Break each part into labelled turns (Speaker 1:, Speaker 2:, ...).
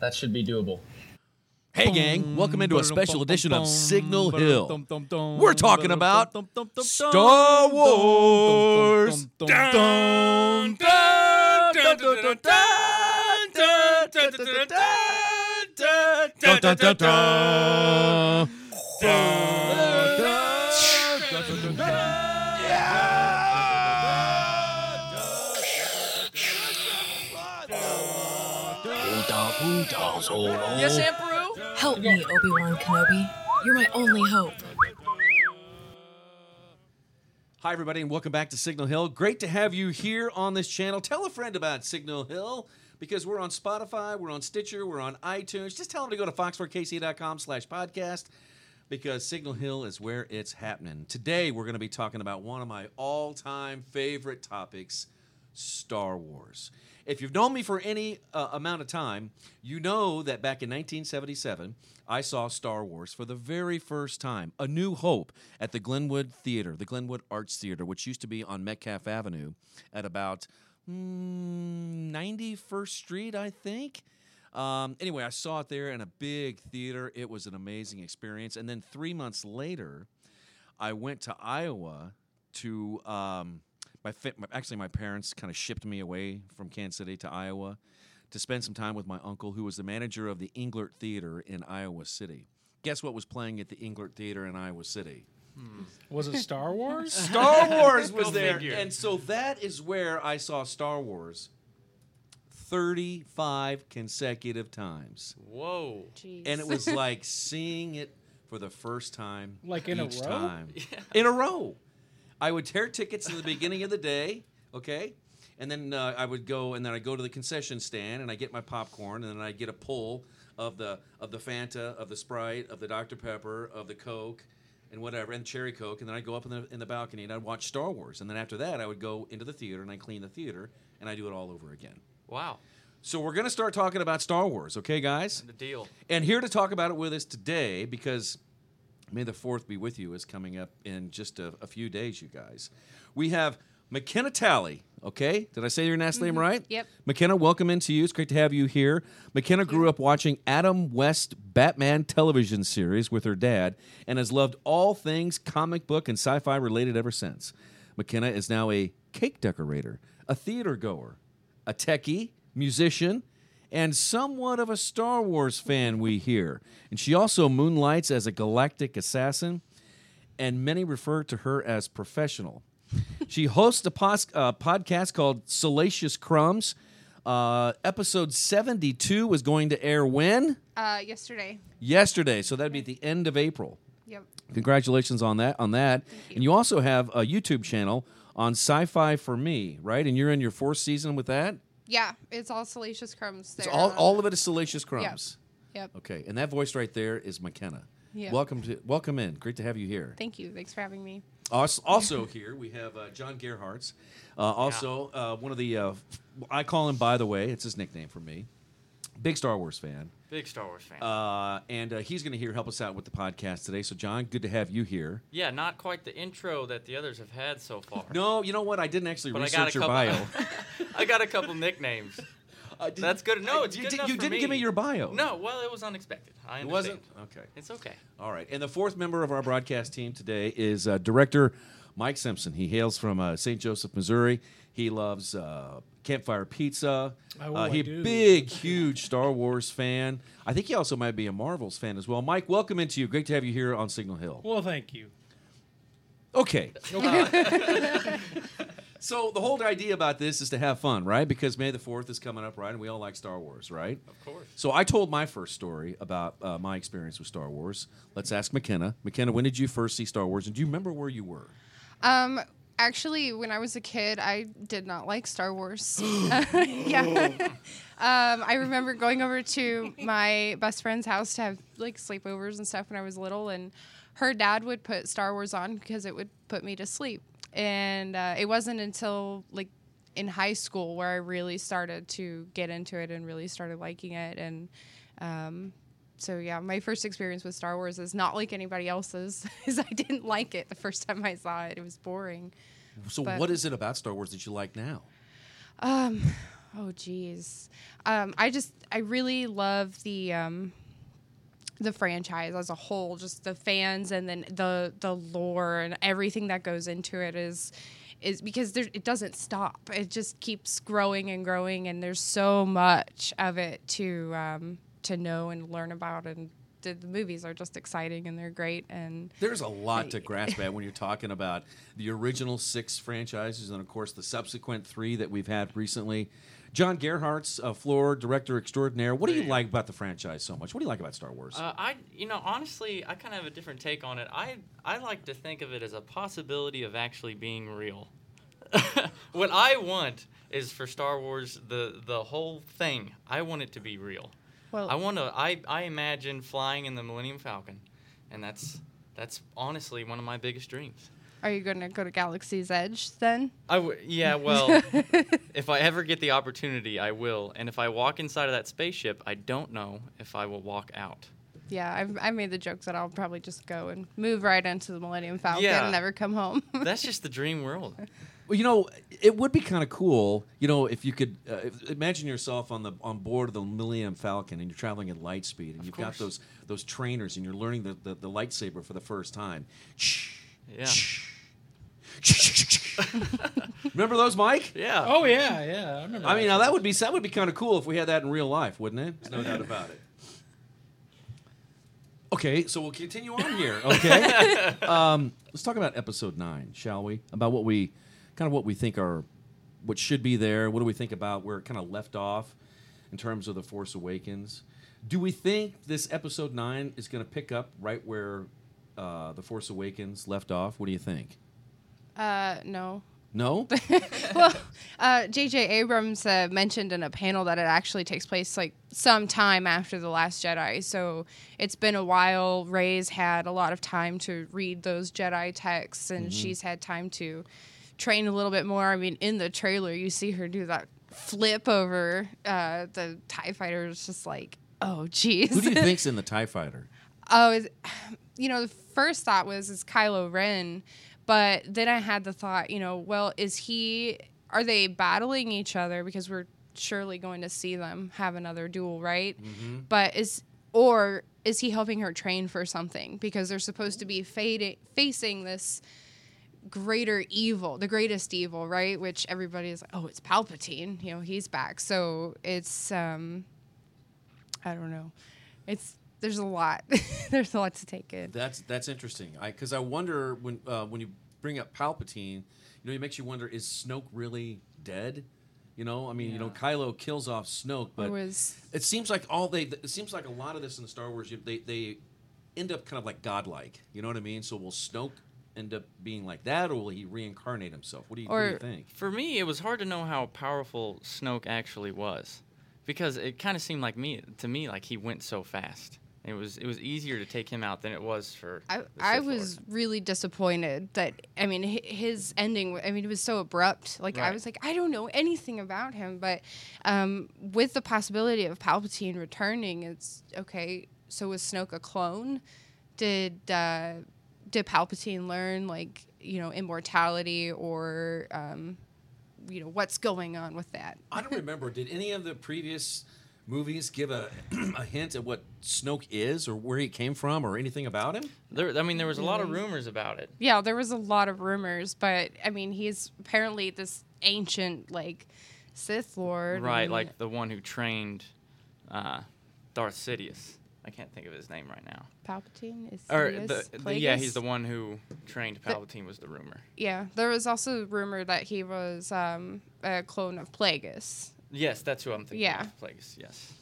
Speaker 1: That should be doable.
Speaker 2: Hey, gang, welcome into a special edition of Signal Hill. We're talking about Star Wars. Dun, dun, dun, dun, dun, dun, dun, dun, dun, dun, dun, dun, dun, dun.
Speaker 3: Yes, Emperor.
Speaker 4: Help me, Obi Wan Kenobi. You're my only hope.
Speaker 2: Hi, everybody, and welcome back to Signal Hill. Great to have you here on this channel. Tell a friend about Signal Hill because we're on Spotify, we're on Stitcher, we're on iTunes. Just tell them to go to fox4kc.com slash podcast because Signal Hill is where it's happening. Today, we're going to be talking about one of my all time favorite topics Star Wars. If you've known me for any uh, amount of time, you know that back in 1977, I saw Star Wars for the very first time, A New Hope, at the Glenwood Theater, the Glenwood Arts Theater, which used to be on Metcalf Avenue at about mm, 91st Street, I think. Um, anyway, I saw it there in a big theater. It was an amazing experience. And then three months later, I went to Iowa to um, my, fa- my actually my parents kind of shipped me away from Kansas City to Iowa to spend some time with my uncle, who was the manager of the Englert Theater in Iowa City. Guess what was playing at the Englert Theater in Iowa City?
Speaker 5: Was it Star Wars?
Speaker 2: Star Wars was there. And so that is where I saw Star Wars 35 consecutive times.
Speaker 1: Whoa.
Speaker 2: And it was like seeing it for the first time.
Speaker 5: Like in a
Speaker 2: each
Speaker 5: row?
Speaker 2: Time. In a row. I would tear tickets in the beginning of the day, okay? And then uh, I would go, and then I go to the concession stand, and I get my popcorn, and then I get a pull of the of the Fanta, of the Sprite, of the Dr Pepper, of the Coke, and whatever, and cherry Coke, and then I go up in the in the balcony and I'd watch Star Wars, and then after that I would go into the theater and I clean the theater, and I do it all over again.
Speaker 1: Wow.
Speaker 2: So we're gonna start talking about Star Wars, okay, guys?
Speaker 1: The deal.
Speaker 2: And here to talk about it with us today, because May the 4th be with you is coming up in just a, a few days, you guys. We have McKenna Talley, okay? Did I say your last name right?
Speaker 6: Yep.
Speaker 2: McKenna, welcome into you. It's great to have you here. McKenna grew up watching Adam West Batman television series with her dad and has loved all things comic book and sci fi related ever since. McKenna is now a cake decorator, a theater goer, a techie, musician, and somewhat of a Star Wars fan, we hear. And she also moonlights as a galactic assassin, and many refer to her as professional. she hosts a pos- uh, podcast called Salacious Crumbs. Uh, episode 72 was going to air when?
Speaker 6: Uh, yesterday.
Speaker 2: Yesterday. So that'd be at the end of April.
Speaker 6: Yep.
Speaker 2: Congratulations on that. On that, and you also have a YouTube channel on Sci-Fi for Me, right? And you're in your fourth season with that.
Speaker 6: Yeah, it's all salacious crumbs. There.
Speaker 2: It's all, all of it is salacious crumbs.
Speaker 6: Yep.
Speaker 2: Okay, and that voice right there is McKenna.
Speaker 6: Yeah.
Speaker 2: Welcome to welcome in. Great to have you here.
Speaker 6: Thank you. Thanks for having me.
Speaker 2: Also, also here we have uh, John Gerhards, uh, also uh, one of the uh, f- I call him by the way, it's his nickname for me. Big Star Wars fan,
Speaker 1: Big Star Wars fan.
Speaker 2: uh, and uh, he's going to here help us out with the podcast today. So John, good to have you here.
Speaker 1: yeah, not quite the intro that the others have had so far.
Speaker 2: No, you know what? I didn't actually
Speaker 1: But I got
Speaker 2: research
Speaker 1: a
Speaker 2: your bio.
Speaker 1: couple- I got a couple nicknames.
Speaker 2: I didn't-
Speaker 1: That's good. No,
Speaker 2: I-
Speaker 1: it's
Speaker 2: you,
Speaker 1: good
Speaker 2: did,
Speaker 1: enough
Speaker 2: you
Speaker 1: for
Speaker 2: didn't give me your bio.
Speaker 1: No, well, it was unexpected. I
Speaker 2: it
Speaker 1: understand.
Speaker 2: wasn't. Okay.
Speaker 1: It's okay.
Speaker 2: All right. And the fourth member of our broadcast team today is uh, director Mike Simpson. He hails from uh, St. Joseph, Missouri. He loves uh, Campfire Pizza.
Speaker 5: Oh,
Speaker 2: uh,
Speaker 5: I
Speaker 2: he
Speaker 5: do.
Speaker 2: big, huge Star Wars fan. I think he also might be a Marvels fan as well. Mike, welcome into you. Great to have you here on Signal Hill.
Speaker 5: Well, thank you.
Speaker 2: Okay. so the whole idea about this is to have fun, right? Because May the Fourth is coming up, right? And we all like Star Wars, right?
Speaker 1: Of course.
Speaker 2: So I told my first story about uh, my experience with Star Wars. Let's ask McKenna. McKenna, when did you first see Star Wars, and do you remember where you were?
Speaker 6: Um, Actually, when I was a kid, I did not like Star Wars. yeah. Um, I remember going over to my best friend's house to have like sleepovers and stuff when I was little, and her dad would put Star Wars on because it would put me to sleep. And uh, it wasn't until like in high school where I really started to get into it and really started liking it. And um, so yeah, my first experience with Star Wars is not like anybody else's, is I didn't like it the first time I saw it. It was boring.
Speaker 2: So,
Speaker 6: But-
Speaker 2: what is it about Star Wars that you like now?
Speaker 6: Oh geez, um, I just I really love the um, the franchise as a whole, just the fans and then the the lore and everything that goes into it is is because there, it doesn't stop. It just keeps growing and growing, and there's so much of it to um, to know and learn about. And the, the movies are just exciting and they're great. And
Speaker 2: There's a lot to grasp at when you're talking about the original six franchises and, of course, the subsequent three that we've had recently. John Gerhardt's uh, floor director extraordinaire. What do you like about the franchise so much? What do you like about Star Wars?
Speaker 1: Uh, I, you know, honestly, I kind of have a different take on it. I, I like to think of it as a possibility of actually being real. what I want is for Star Wars, the the whole thing. I want it to be real.
Speaker 6: Well-
Speaker 1: I want to. I, I imagine flying in the Millennium Falcon, and that's that's honestly one of my biggest dreams.
Speaker 6: are you going to go to Galaxy's Edge then?
Speaker 1: I w- yeah, well, if I ever get the opportunity, I will. And if I walk inside of that spaceship, I don't know if I will walk out.
Speaker 6: Yeah, I've, I made the joke that I'll probably just go and move right into the Millennium Falcon
Speaker 1: Yeah.
Speaker 6: and never come home.
Speaker 1: That's just the dream world.
Speaker 2: Well, you know, it would be kind of cool, you know, if you could uh, if- imagine yourself on the on board of the Millennium Falcon and you're traveling at light speed and you've got those those trainers and you're learning the, the, the lightsaber for the first time. Shh.
Speaker 1: Yeah.
Speaker 2: Shh. Shh. Remember those, Mike?
Speaker 1: Yeah.
Speaker 5: Oh yeah, yeah. I remember.
Speaker 2: I mean, now that would be that would be kind of cool if we had that in real life, wouldn't it? There's no doubt about it. Okay, so we'll continue on here. Okay, um, let's talk about episode nine, shall we? About what we, kind of what we think are, what should be there. What do we think about where it kind of left off, in terms of the Force Awakens? Do we think this episode nine is going to pick up right where uh, the Force Awakens left off? What do you think?
Speaker 6: uh, no.
Speaker 2: No.
Speaker 6: Well, uh, J.J. Abrams uh, mentioned in a panel that it actually takes place like some time after The Last Jedi. So it's been a while. Ray's had a lot of time to read those Jedi texts, and
Speaker 2: Mm-hmm.
Speaker 6: she's had time to train a little bit more. I mean, in the trailer, you see her do that flip over uh, the TIE fighter. It's just like, oh, jeez.
Speaker 2: Who do you think's in the Tie Fighter?
Speaker 6: Oh, is- you know, the first thought was is Kylo Ren, but then I had the thought, you know, well, is he? Are they battling each other because we're surely going to see them have another duel, right? But is or is he helping her train for something because they're supposed to be fading, facing this greater evil, the greatest evil, right? Which everybody is like, oh, it's Palpatine. You know, he's back. So it's, um, I don't know. It's there's a lot. there's a lot to take in.
Speaker 2: That's that's interesting. I because I wonder when uh, when you bring up Palpatine, you know, it makes you wonder: is Snoke really dead? You know, I mean, you know, Kylo kills off Snoke, but
Speaker 6: was-
Speaker 2: it seems like all they it seems like a lot of this in Star Wars you- they they end up kind of like godlike. You know what I mean? So will Snoke end up being like that, or will he reincarnate himself? What do you, what do you
Speaker 6: Or-
Speaker 2: think?
Speaker 1: For me, it was hard to know how powerful Snoke actually was, because it kind of seemed like me to me like he went so fast. It was it was easier to take him out than it was for.
Speaker 6: I,
Speaker 1: the
Speaker 6: I
Speaker 1: Sith Lord.
Speaker 6: was really disappointed that I mean hi- his ending. I mean it was so abrupt. Like I
Speaker 1: Right.
Speaker 6: was like I don't know anything about him, but um, with the possibility of Palpatine returning, it's okay. So was Snoke a clone? Did uh, did Palpatine learn like you know immortality or um, you know what's going on with that?
Speaker 2: I don't remember. Did any of the previous movies give a a hint at what Snoke is, or where he came from, or anything about him?
Speaker 1: There, I mean, there was a lot
Speaker 6: Mm.
Speaker 1: of rumors about it.
Speaker 6: yeah, there was a lot of rumors, but I mean, he's apparently this ancient like Sith Lord,
Speaker 1: Right,
Speaker 6: and-
Speaker 1: like the one who trained uh, Darth Sidious. I can't think of his name right now.
Speaker 6: Palpatine is
Speaker 1: Or
Speaker 6: Sidious?
Speaker 1: the, the- yeah, he's
Speaker 6: Plagueis?
Speaker 1: the one who trained Palpatine was the rumor.
Speaker 6: yeah. There was also rumor that he was um, a clone of Plagueis.
Speaker 1: Yes, that's who I'm thinking.
Speaker 6: Yeah.
Speaker 1: of, Plagueis. Yes.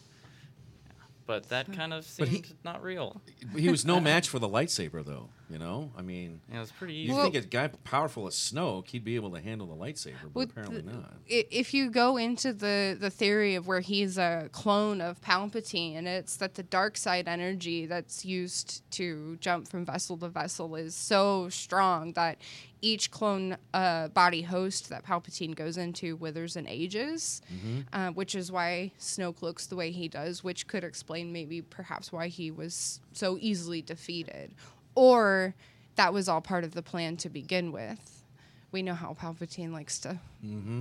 Speaker 1: But that kind of
Speaker 2: But
Speaker 1: seemed
Speaker 2: he-
Speaker 1: not real.
Speaker 2: He was no match for the lightsaber, though. You know, I mean,
Speaker 1: Yeah, it was pretty
Speaker 2: you
Speaker 1: easy.
Speaker 6: Well-
Speaker 2: think a guy powerful as Snoke, he'd be able to handle the lightsaber, but
Speaker 6: Well,
Speaker 2: apparently
Speaker 6: th-
Speaker 2: not.
Speaker 6: i- if you go into the the theory of where he's a clone of Palpatine, and it's that the dark side energy that's used to jump from vessel to vessel is so strong that each clone uh, body host that Palpatine goes into withers and ages, uh, which is why Snoke looks the way he does, which could explain maybe perhaps why he was so easily defeated, or that was all part of the plan to begin with. We know how Palpatine likes to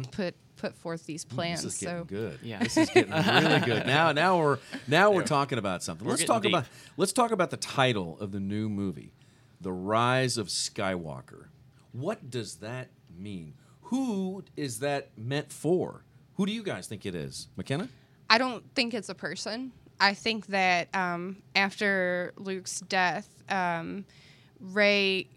Speaker 6: put put forth these plans.
Speaker 2: Mm, This is getting
Speaker 6: so
Speaker 2: good.
Speaker 1: Yeah.
Speaker 2: this is getting really good. Now, now we're now we're talking about something.
Speaker 1: We're
Speaker 2: let's
Speaker 1: getting
Speaker 2: talk
Speaker 1: deep.
Speaker 2: about let's talk about the title of the new movie, The Rise of Skywalker. What does that mean? Who is that meant for? Who do you guys think it is, McKenna?
Speaker 6: I don't think it's a person. I think that um, after Luke's death, um, Ray,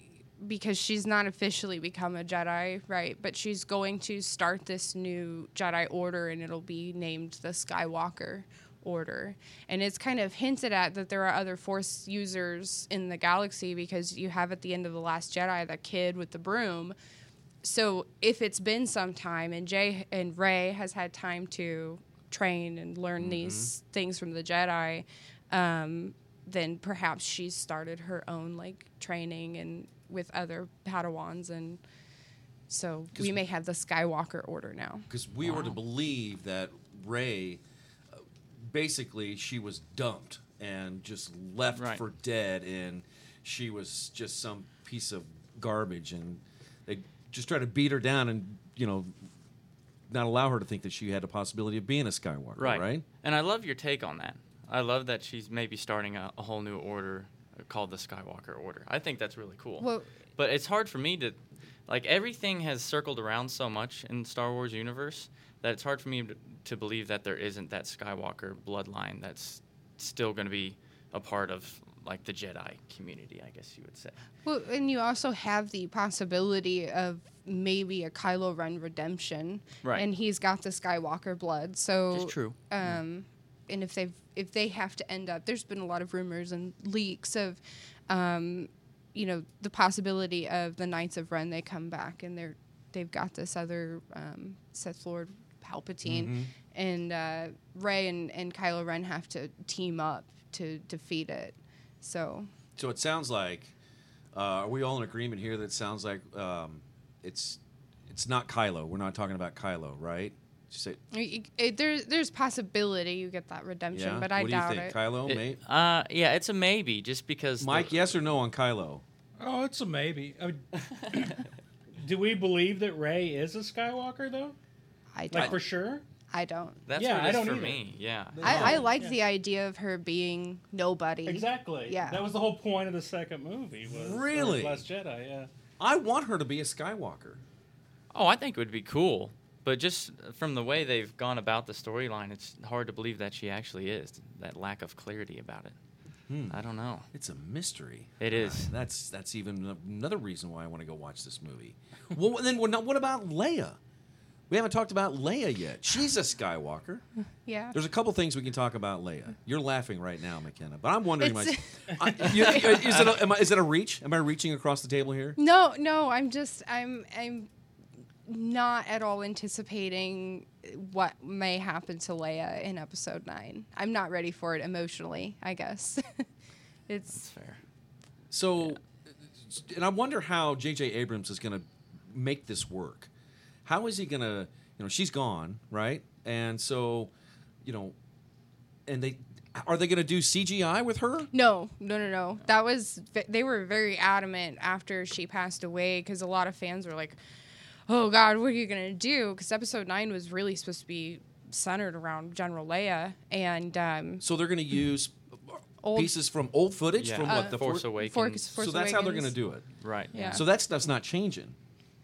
Speaker 6: because she's not officially become a Jedi, right? But she's going to start this new Jedi Order, and it'll be named the Skywalker Order. And it's kind of hinted at that there are other Force users in the galaxy because you have at the end of the Last Jedi that kid with the broom so if it's been some time and Jay and Ray has had time to train and learn
Speaker 1: Mm-hmm.
Speaker 6: these things from the Jedi, um, then perhaps she's started her own like training and with other Padawans and so we may have the Skywalker order now.
Speaker 2: Because we were to believe that Ray, uh, basically, she was dumped and just left
Speaker 1: Right.
Speaker 2: for dead, and she was just some piece of garbage, and they just tried to beat her down and you know not allow her to think that she had a possibility of being a Skywalker, right?
Speaker 1: And I love your take on that. I love that she's maybe starting a, a whole new order called the Skywalker Order. I think that's really cool.
Speaker 6: Well-
Speaker 1: but it's hard for me to, like, everything has circled around so much in Star Wars universe that it's hard for me to, to believe that there isn't that Skywalker bloodline that's still going to be a part of like the Jedi community. I guess you would say.
Speaker 6: Well, and you also have the possibility of maybe a Kylo Ren redemption,
Speaker 1: Right.
Speaker 6: And he's got the Skywalker blood, so
Speaker 1: It's true.
Speaker 6: um, and if they've if they have to end up there's been a lot of rumors and leaks of um, you know the possibility of the knights of ren they come back and they're they've got this other um, sith lord palpatine
Speaker 2: Mm-hmm.
Speaker 6: and uh, ray and, and kylo ren have to team up to defeat it so
Speaker 2: So it sounds like uh, are we all in agreement here that it sounds like um, it's it's not Kylo. We're not talking about Kylo, right? Just say,
Speaker 6: it, it, there, there's possibility you get that redemption
Speaker 2: yeah.
Speaker 6: but i
Speaker 2: what
Speaker 6: doubt
Speaker 2: do you think,
Speaker 6: it
Speaker 2: Kylo?
Speaker 1: It-
Speaker 2: mate?
Speaker 1: uh, yeah, it's a maybe just because. the-
Speaker 2: Mike, yes or no on Kylo?
Speaker 5: Oh, it's a maybe. I mean, do we believe that Ray is a Skywalker though?
Speaker 6: i
Speaker 5: Like
Speaker 6: don't
Speaker 5: for sure?
Speaker 6: i don't
Speaker 1: That's
Speaker 5: Yeah,
Speaker 1: what it
Speaker 5: I
Speaker 1: is
Speaker 5: don't
Speaker 1: for
Speaker 5: either.
Speaker 1: me. Yeah.
Speaker 6: I, I
Speaker 5: Yeah.
Speaker 6: like
Speaker 5: Yeah.
Speaker 6: the idea of her being nobody
Speaker 5: Exactly.
Speaker 6: Yeah.
Speaker 5: That was the whole point of the second movie. Was or
Speaker 2: Really?
Speaker 5: Last Jedi. Yeah.
Speaker 2: I want her to be a Skywalker.
Speaker 1: Oh, I think it would be cool. But just from the way they've gone about the storyline, it's hard to believe that she actually is. That lack of clarity about it.
Speaker 2: Hmm.
Speaker 1: I don't know.
Speaker 2: It's a mystery.
Speaker 1: It is.
Speaker 2: Ah, that's that's even another reason why I want to go watch this movie. well, then well, now, what about Leia? We haven't talked about Leia yet. She's a Skywalker.
Speaker 6: yeah
Speaker 2: There's a couple things we can talk about Leia. You're laughing right now, McKenna, but I'm wondering.
Speaker 6: It's-
Speaker 2: myself, I, you- is, it a, am I, is it a reach? Am I reaching across the table here?
Speaker 6: No, no, I'm just I'm I'm not at all anticipating what may happen to Leia in episode 9. I'm not ready for it emotionally, I guess. it's
Speaker 1: It's fair.
Speaker 2: So, and I wonder how J.J. Abrams is going to make this work. How is he going to, you know, she's gone, right? And so, you know, and they are they going to do CGI with her?
Speaker 6: no, no, no, no. That was they were very adamant after she passed away cuz a lot of fans were like, "Oh god, what are you going to do?" cuz episode 9 was really supposed to be centered around General Leia and um
Speaker 2: So they're going to use
Speaker 6: Old-
Speaker 2: pieces from old footage
Speaker 1: Yeah.
Speaker 2: from
Speaker 1: Uh,
Speaker 2: what the
Speaker 1: Force
Speaker 2: four-
Speaker 1: Awakens.
Speaker 6: Force-
Speaker 2: So that's how they're going to
Speaker 6: Awakens.
Speaker 2: do it.
Speaker 1: Right.
Speaker 6: Yeah.
Speaker 2: So that stuff's not changing,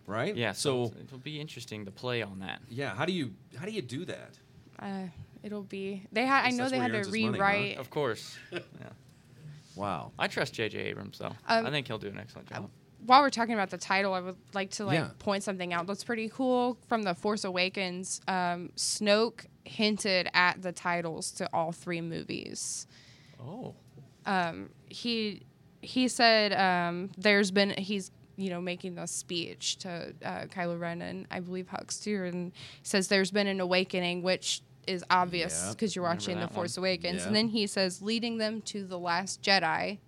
Speaker 2: right?
Speaker 1: Yeah. So,
Speaker 2: So
Speaker 1: it's- it'll be interesting to play on that.
Speaker 2: yeah, how do you how do you do that?
Speaker 6: uh, it'll be they had I
Speaker 2: Guess
Speaker 6: know
Speaker 2: that's
Speaker 6: they
Speaker 2: where
Speaker 6: had
Speaker 2: he
Speaker 6: to
Speaker 2: earns his money, huh?
Speaker 6: rewrite
Speaker 1: Of course. yeah.
Speaker 2: Wow.
Speaker 1: I trust J.J. Abrams though.
Speaker 6: Um,
Speaker 1: I think he'll do an excellent job.
Speaker 6: while we're talking about the title, I would like to like
Speaker 2: Yeah.
Speaker 6: point something out that's pretty cool from the Force Awakens. Um, Snoke hinted at
Speaker 2: Oh.
Speaker 6: the titles to all three movies.
Speaker 1: Oh.
Speaker 6: He he said um, there's been he's you know making the speech to uh, Kylo Ren and I believe Hux too, and he says there's been an awakening, which is obvious
Speaker 2: Yep,
Speaker 6: because you're watching The
Speaker 1: remember that one.
Speaker 6: Force Awakens,
Speaker 2: Yep.
Speaker 6: and then he says leading them to the Last Jedi.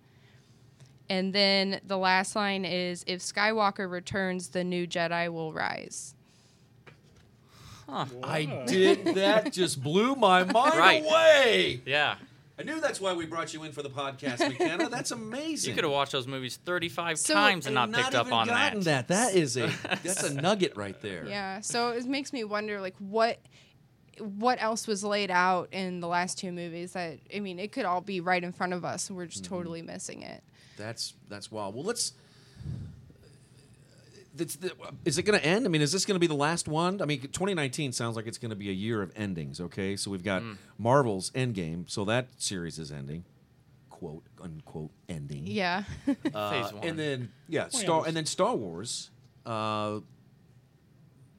Speaker 6: And then the last line is if Skywalker returns, the new Jedi will rise.
Speaker 2: I
Speaker 5: Whoa.
Speaker 2: did that. Just blew my mind
Speaker 1: Right.
Speaker 2: away.
Speaker 1: Yeah.
Speaker 2: I knew that's why we brought you in for the podcast, McKenna. That's amazing.
Speaker 1: You could have watched those movies 35
Speaker 2: So-
Speaker 1: times and not picked up
Speaker 2: even
Speaker 1: on
Speaker 2: gotten
Speaker 1: that.
Speaker 2: that. That is a that's a nugget right there.
Speaker 6: Yeah. So it makes me wonder, like, what what else was laid out in the last two movies that I mean, it could all be right in front of us, and we're just totally missing it.
Speaker 2: That's that's wild. Well, let's. That's the, is it going to end? I mean, is this going to be the last one? I mean, 2019 sounds like it's going to be a year of endings. Okay, so we've got
Speaker 1: Mm.
Speaker 2: Marvel's Endgame, so that series is ending, quote unquote ending.
Speaker 6: Yeah.
Speaker 2: Uh,
Speaker 1: Phase one.
Speaker 2: and then yeah, Star, and then Star Wars, uh,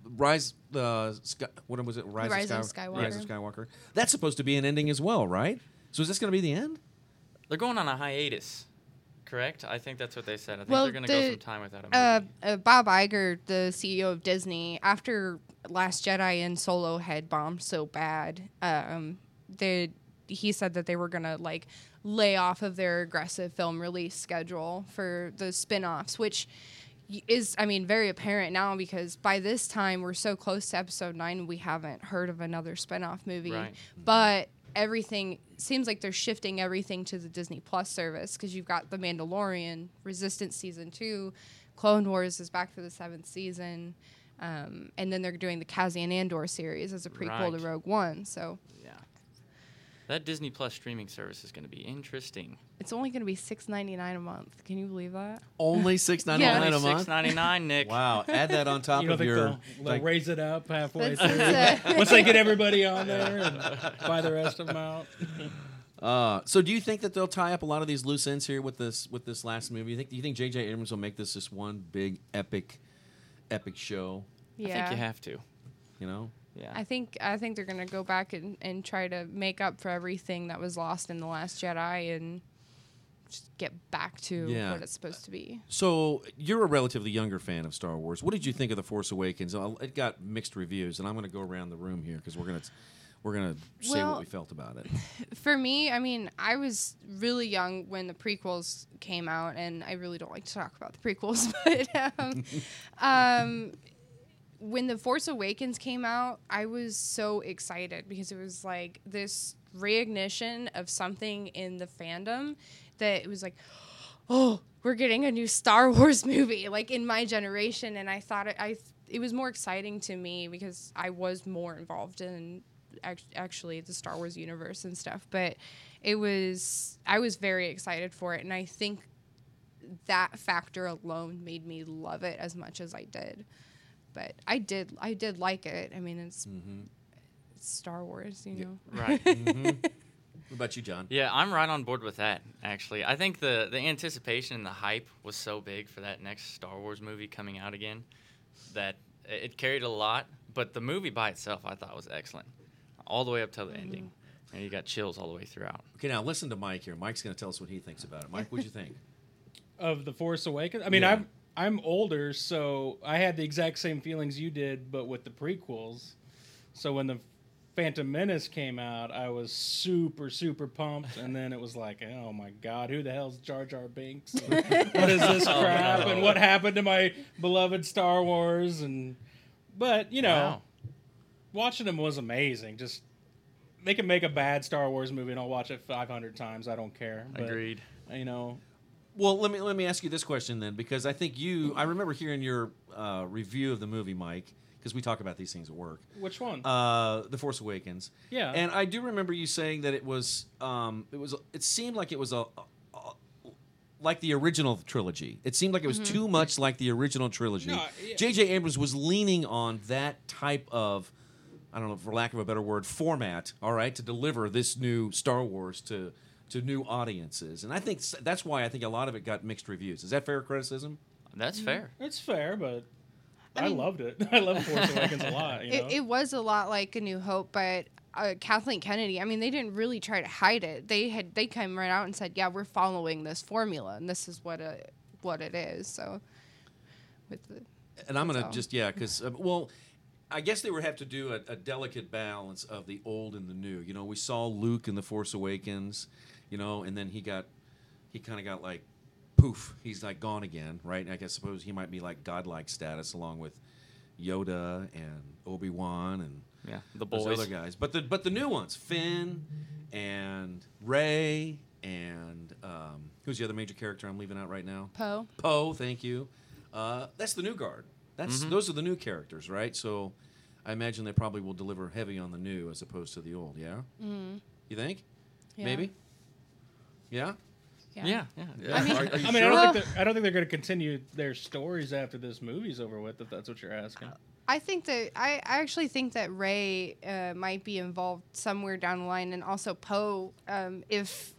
Speaker 2: Rise, uh, Sky, what was it? Rise,
Speaker 6: Rise
Speaker 2: of,
Speaker 6: of
Speaker 2: Sky-
Speaker 6: Skywalker.
Speaker 2: Rise of Skywalker. That's supposed to be an ending as well, right? So is this going to be the end?
Speaker 1: They're going on a hiatus, correct? I think that's what they said. I think
Speaker 6: Well,
Speaker 1: they're going to go
Speaker 6: the-
Speaker 1: some time without a movie.
Speaker 6: uh, uh, Bob Iger, the CEO of Disney, after Last Jedi and Solo had bombed so bad, um, they he said that they were gonna like lay off of their aggressive film release schedule for the spin-offs, which y- is I mean very apparent now because by this time we're so close to episode 9 we haven't heard of another spin-off movie
Speaker 1: Right.
Speaker 6: but everything seems like they're shifting everything to the Disney Plus service because you've got The Mandalorian, Resistance season two, Clone Wars is back for the seventh season, um, and then they're doing the Cassian Andor series as a prequel
Speaker 1: Right.
Speaker 6: to Rogue One. So
Speaker 1: yeah. That Disney Plus streaming service is going to be interesting.
Speaker 6: it's only going to be six ninety nine a month. Can you believe that?
Speaker 2: Only six ninety
Speaker 6: Yeah.
Speaker 2: nine
Speaker 1: Only
Speaker 2: a month.
Speaker 1: six ninety nine, Nick.
Speaker 2: Wow, add that on top
Speaker 5: You don't
Speaker 2: of
Speaker 5: think
Speaker 2: your
Speaker 5: they'll, they'll
Speaker 2: like,
Speaker 5: raise it up halfway
Speaker 6: That's,
Speaker 5: through?
Speaker 6: that's a-
Speaker 5: Once they get everybody on there and buy the rest of them out.
Speaker 2: uh, so do you think that they'll tie up a lot of these loose ends here with this with this last movie? You think do you think JJ Abrams will make this just one big epic epic show,
Speaker 1: I
Speaker 6: yeah.
Speaker 1: think you have to.
Speaker 2: you know?
Speaker 1: Yeah.
Speaker 6: I think I think they're gonna go back and, and try to make up for everything that was lost in the Last Jedi and just get back to
Speaker 2: Yeah.
Speaker 6: what it's supposed to be.
Speaker 2: So you're a relatively younger fan of Star Wars. What did you think of The Force Awakens? Uh, It got mixed reviews and I'm going to go around the room here cuz we're going to we're going to say what
Speaker 6: Well-
Speaker 2: we felt about it.
Speaker 6: for me, I mean, I was really young when the prequels came out, and I really don't like to talk about the prequels, but um, um, when The Force Awakens came out, I was so excited because it was like this reignition of something in the fandom that it was like, oh, we're getting a new Star Wars movie, like in my generation. And I thought it, I, it was more exciting to me because I was more involved in act- actually the Star Wars universe and stuff. But it was, I was very excited for it. And I think that factor alone made me love it as much as I did. But I did, I did like it. I mean, it's, it's Star Wars, you know.
Speaker 1: right.
Speaker 2: What about you, John?
Speaker 1: Yeah, I'm right on board with that. Actually, I think the the anticipation and the hype was so big for that next Star Wars movie coming out again that i- it carried a lot. But the movie by itself, I thought was excellent, all the way up till the
Speaker 2: Mm-hmm.
Speaker 1: ending, and you got chills all the way throughout.
Speaker 2: Okay, now listen to Mike here. Mike's going to tell us what he thinks about it. Mike, what'd you think?
Speaker 5: of the Force Awakens. I mean,
Speaker 2: Yeah.
Speaker 5: I'm I'm older, so I had the exact same feelings you did, but with the prequels. So when the Phantom Menace came out, I was super super pumped, and then it was like, oh my god, who the hell's Jar Jar Binks? And what is this crap? And what happened to my beloved Star Wars? And but you know,
Speaker 1: Wow.
Speaker 5: watching them was amazing. Just they can make a bad Star Wars movie, and I'll watch it 500 times. I don't care. But,
Speaker 1: Agreed.
Speaker 5: You know,
Speaker 2: Well, let me let me ask you this question then, because I think you. I remember hearing your uh, review of the movie, Mike, because we talk about these things at work.
Speaker 5: which one?
Speaker 2: Uh, the Force Awakens.
Speaker 5: Yeah.
Speaker 2: and I do remember you saying that it was. Um, it was. It seemed like it was a. a like the original trilogy, it seemed like it was too much like the original trilogy.
Speaker 5: Mm-hmm. No, yeah.
Speaker 2: J.J. Abrams was leaning on that type of, I don't know, for lack of a better word, format. All right, to deliver this new Star Wars to to new audiences, and I think s- that's why I think a lot of it got mixed reviews. Is that fair criticism?
Speaker 1: That's
Speaker 2: Mm-hmm.
Speaker 1: fair.
Speaker 5: It's fair, but I,
Speaker 6: I mean-
Speaker 5: loved it. I love Force Awakens a lot. You know?
Speaker 6: It, it was a lot like A New Hope, but uh, Kathleen Kennedy, I mean, they didn't really try to hide it. They had they came right out and said, "Yeah, we're following this formula, and this is what it what it is." So, with the,
Speaker 2: and I'm gonna
Speaker 6: all.
Speaker 2: just yeah, because uh, well, I guess they would have to do a, a delicate balance of the old and the new. You know, we saw Luke in the Force Awakens, you know, and then he got he kind of got like poof, he's like gone again, right? And I guess suppose he might be like godlike status along with Yoda and Obi Wan and
Speaker 1: Yeah, the
Speaker 2: those
Speaker 1: boys.
Speaker 2: other guys, but the but the new ones, Finn and Ray and um, who's the other major character I'm leaving out right now?
Speaker 6: Poe.
Speaker 2: Poe, thank you. Uh, that's the new guard. That's
Speaker 1: Mm-hmm.
Speaker 2: those are the new characters, right? So, I imagine they probably will deliver heavy on the new as opposed to the old. Yeah. Mm. You think?
Speaker 6: Mm-hmm. Yeah.
Speaker 2: Maybe. Yeah.
Speaker 1: Yeah, yeah.
Speaker 2: I mean, are, are you
Speaker 5: I mean, I
Speaker 2: sure?
Speaker 5: don't think they're, I don't think they're going to continue their stories after this movie's over with. If that's what you're asking,
Speaker 6: I think that I, I actually think that Ray uh, might be involved somewhere down the line, and also Poe. Um, if,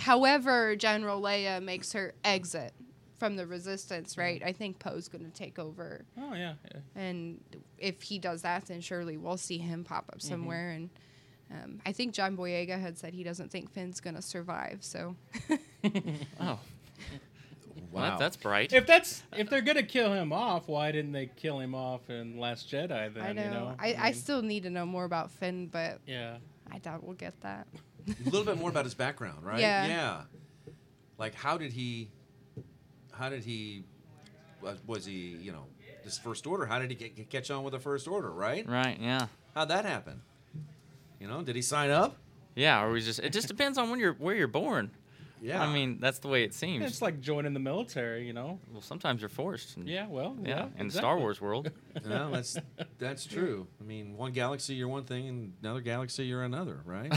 Speaker 6: however, General Leia makes her exit from the Resistance, right?
Speaker 5: Mm-hmm.
Speaker 6: I think Poe's going to take over,
Speaker 5: oh yeah, yeah.
Speaker 6: and if he does that, then surely we'll see him pop up somewhere. And um, I think John Boyega had said he doesn't think Finn's going to survive, so
Speaker 1: Oh,
Speaker 2: wow.
Speaker 1: well, that- that's bright.
Speaker 5: If that's
Speaker 6: Uh,
Speaker 5: if they're going to kill him off, why didn't they kill him off in Last Jedi? Then
Speaker 6: I know.
Speaker 5: you know, Mm-hmm.
Speaker 6: I, I
Speaker 5: mean,
Speaker 6: still need to know more about Finn, but
Speaker 5: yeah.
Speaker 6: I doubt we'll get that.
Speaker 2: a little bit more about his background, right?
Speaker 6: Yeah.
Speaker 2: Like, how did he? How did he? wa- Was he? You know, this first order. How did he get, get- catch on with the first order? Right?
Speaker 1: right. Yeah.
Speaker 2: How'd that happen? You know, did he sign up?
Speaker 1: Yeah. Or we just. It just depends on when you're where you're born.
Speaker 2: Yeah.
Speaker 1: I mean, that's the way it seems.
Speaker 5: It's like joining the military, you know.
Speaker 1: well, sometimes you're forced. and-
Speaker 5: Yeah, well,
Speaker 1: Yeah.
Speaker 5: yeah.
Speaker 1: in the
Speaker 5: exactly.
Speaker 1: Star Wars world.
Speaker 2: No, that's that's true. I mean, one galaxy you're one thing, and another galaxy you're another, right?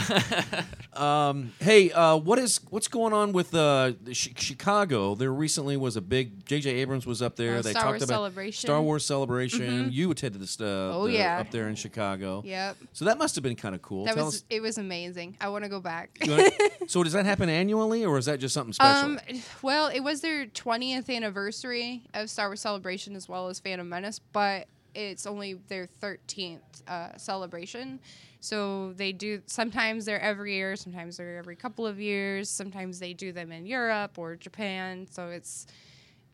Speaker 2: um, hey, uh, what is what's going on with uh, the Chi- Chicago? There recently was a big J.J. Abrams was up there.
Speaker 6: Oh,
Speaker 2: they
Speaker 6: Star
Speaker 2: talked
Speaker 6: Wars
Speaker 2: about
Speaker 6: Celebration. Mm-hmm.
Speaker 2: Star Wars celebration. You attended this. Uh,
Speaker 6: Oh,
Speaker 2: the-
Speaker 6: yeah.
Speaker 2: up there in Chicago.
Speaker 6: Yep.
Speaker 2: So that must have been kind of cool.
Speaker 6: That
Speaker 2: Tell
Speaker 6: was
Speaker 2: us.
Speaker 6: it was amazing. I want to go back.
Speaker 2: you wanna- so does that happen annually, or is that just something special?
Speaker 6: Um, well, it was their 20th anniversary of Star Wars Celebration as well as Phantom Menace, but it's only their 13th uh, celebration. So they do sometimes they're every year, sometimes they're every couple of years, sometimes they do them in Europe or Japan. So it's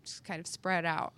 Speaker 6: just kind of spread out.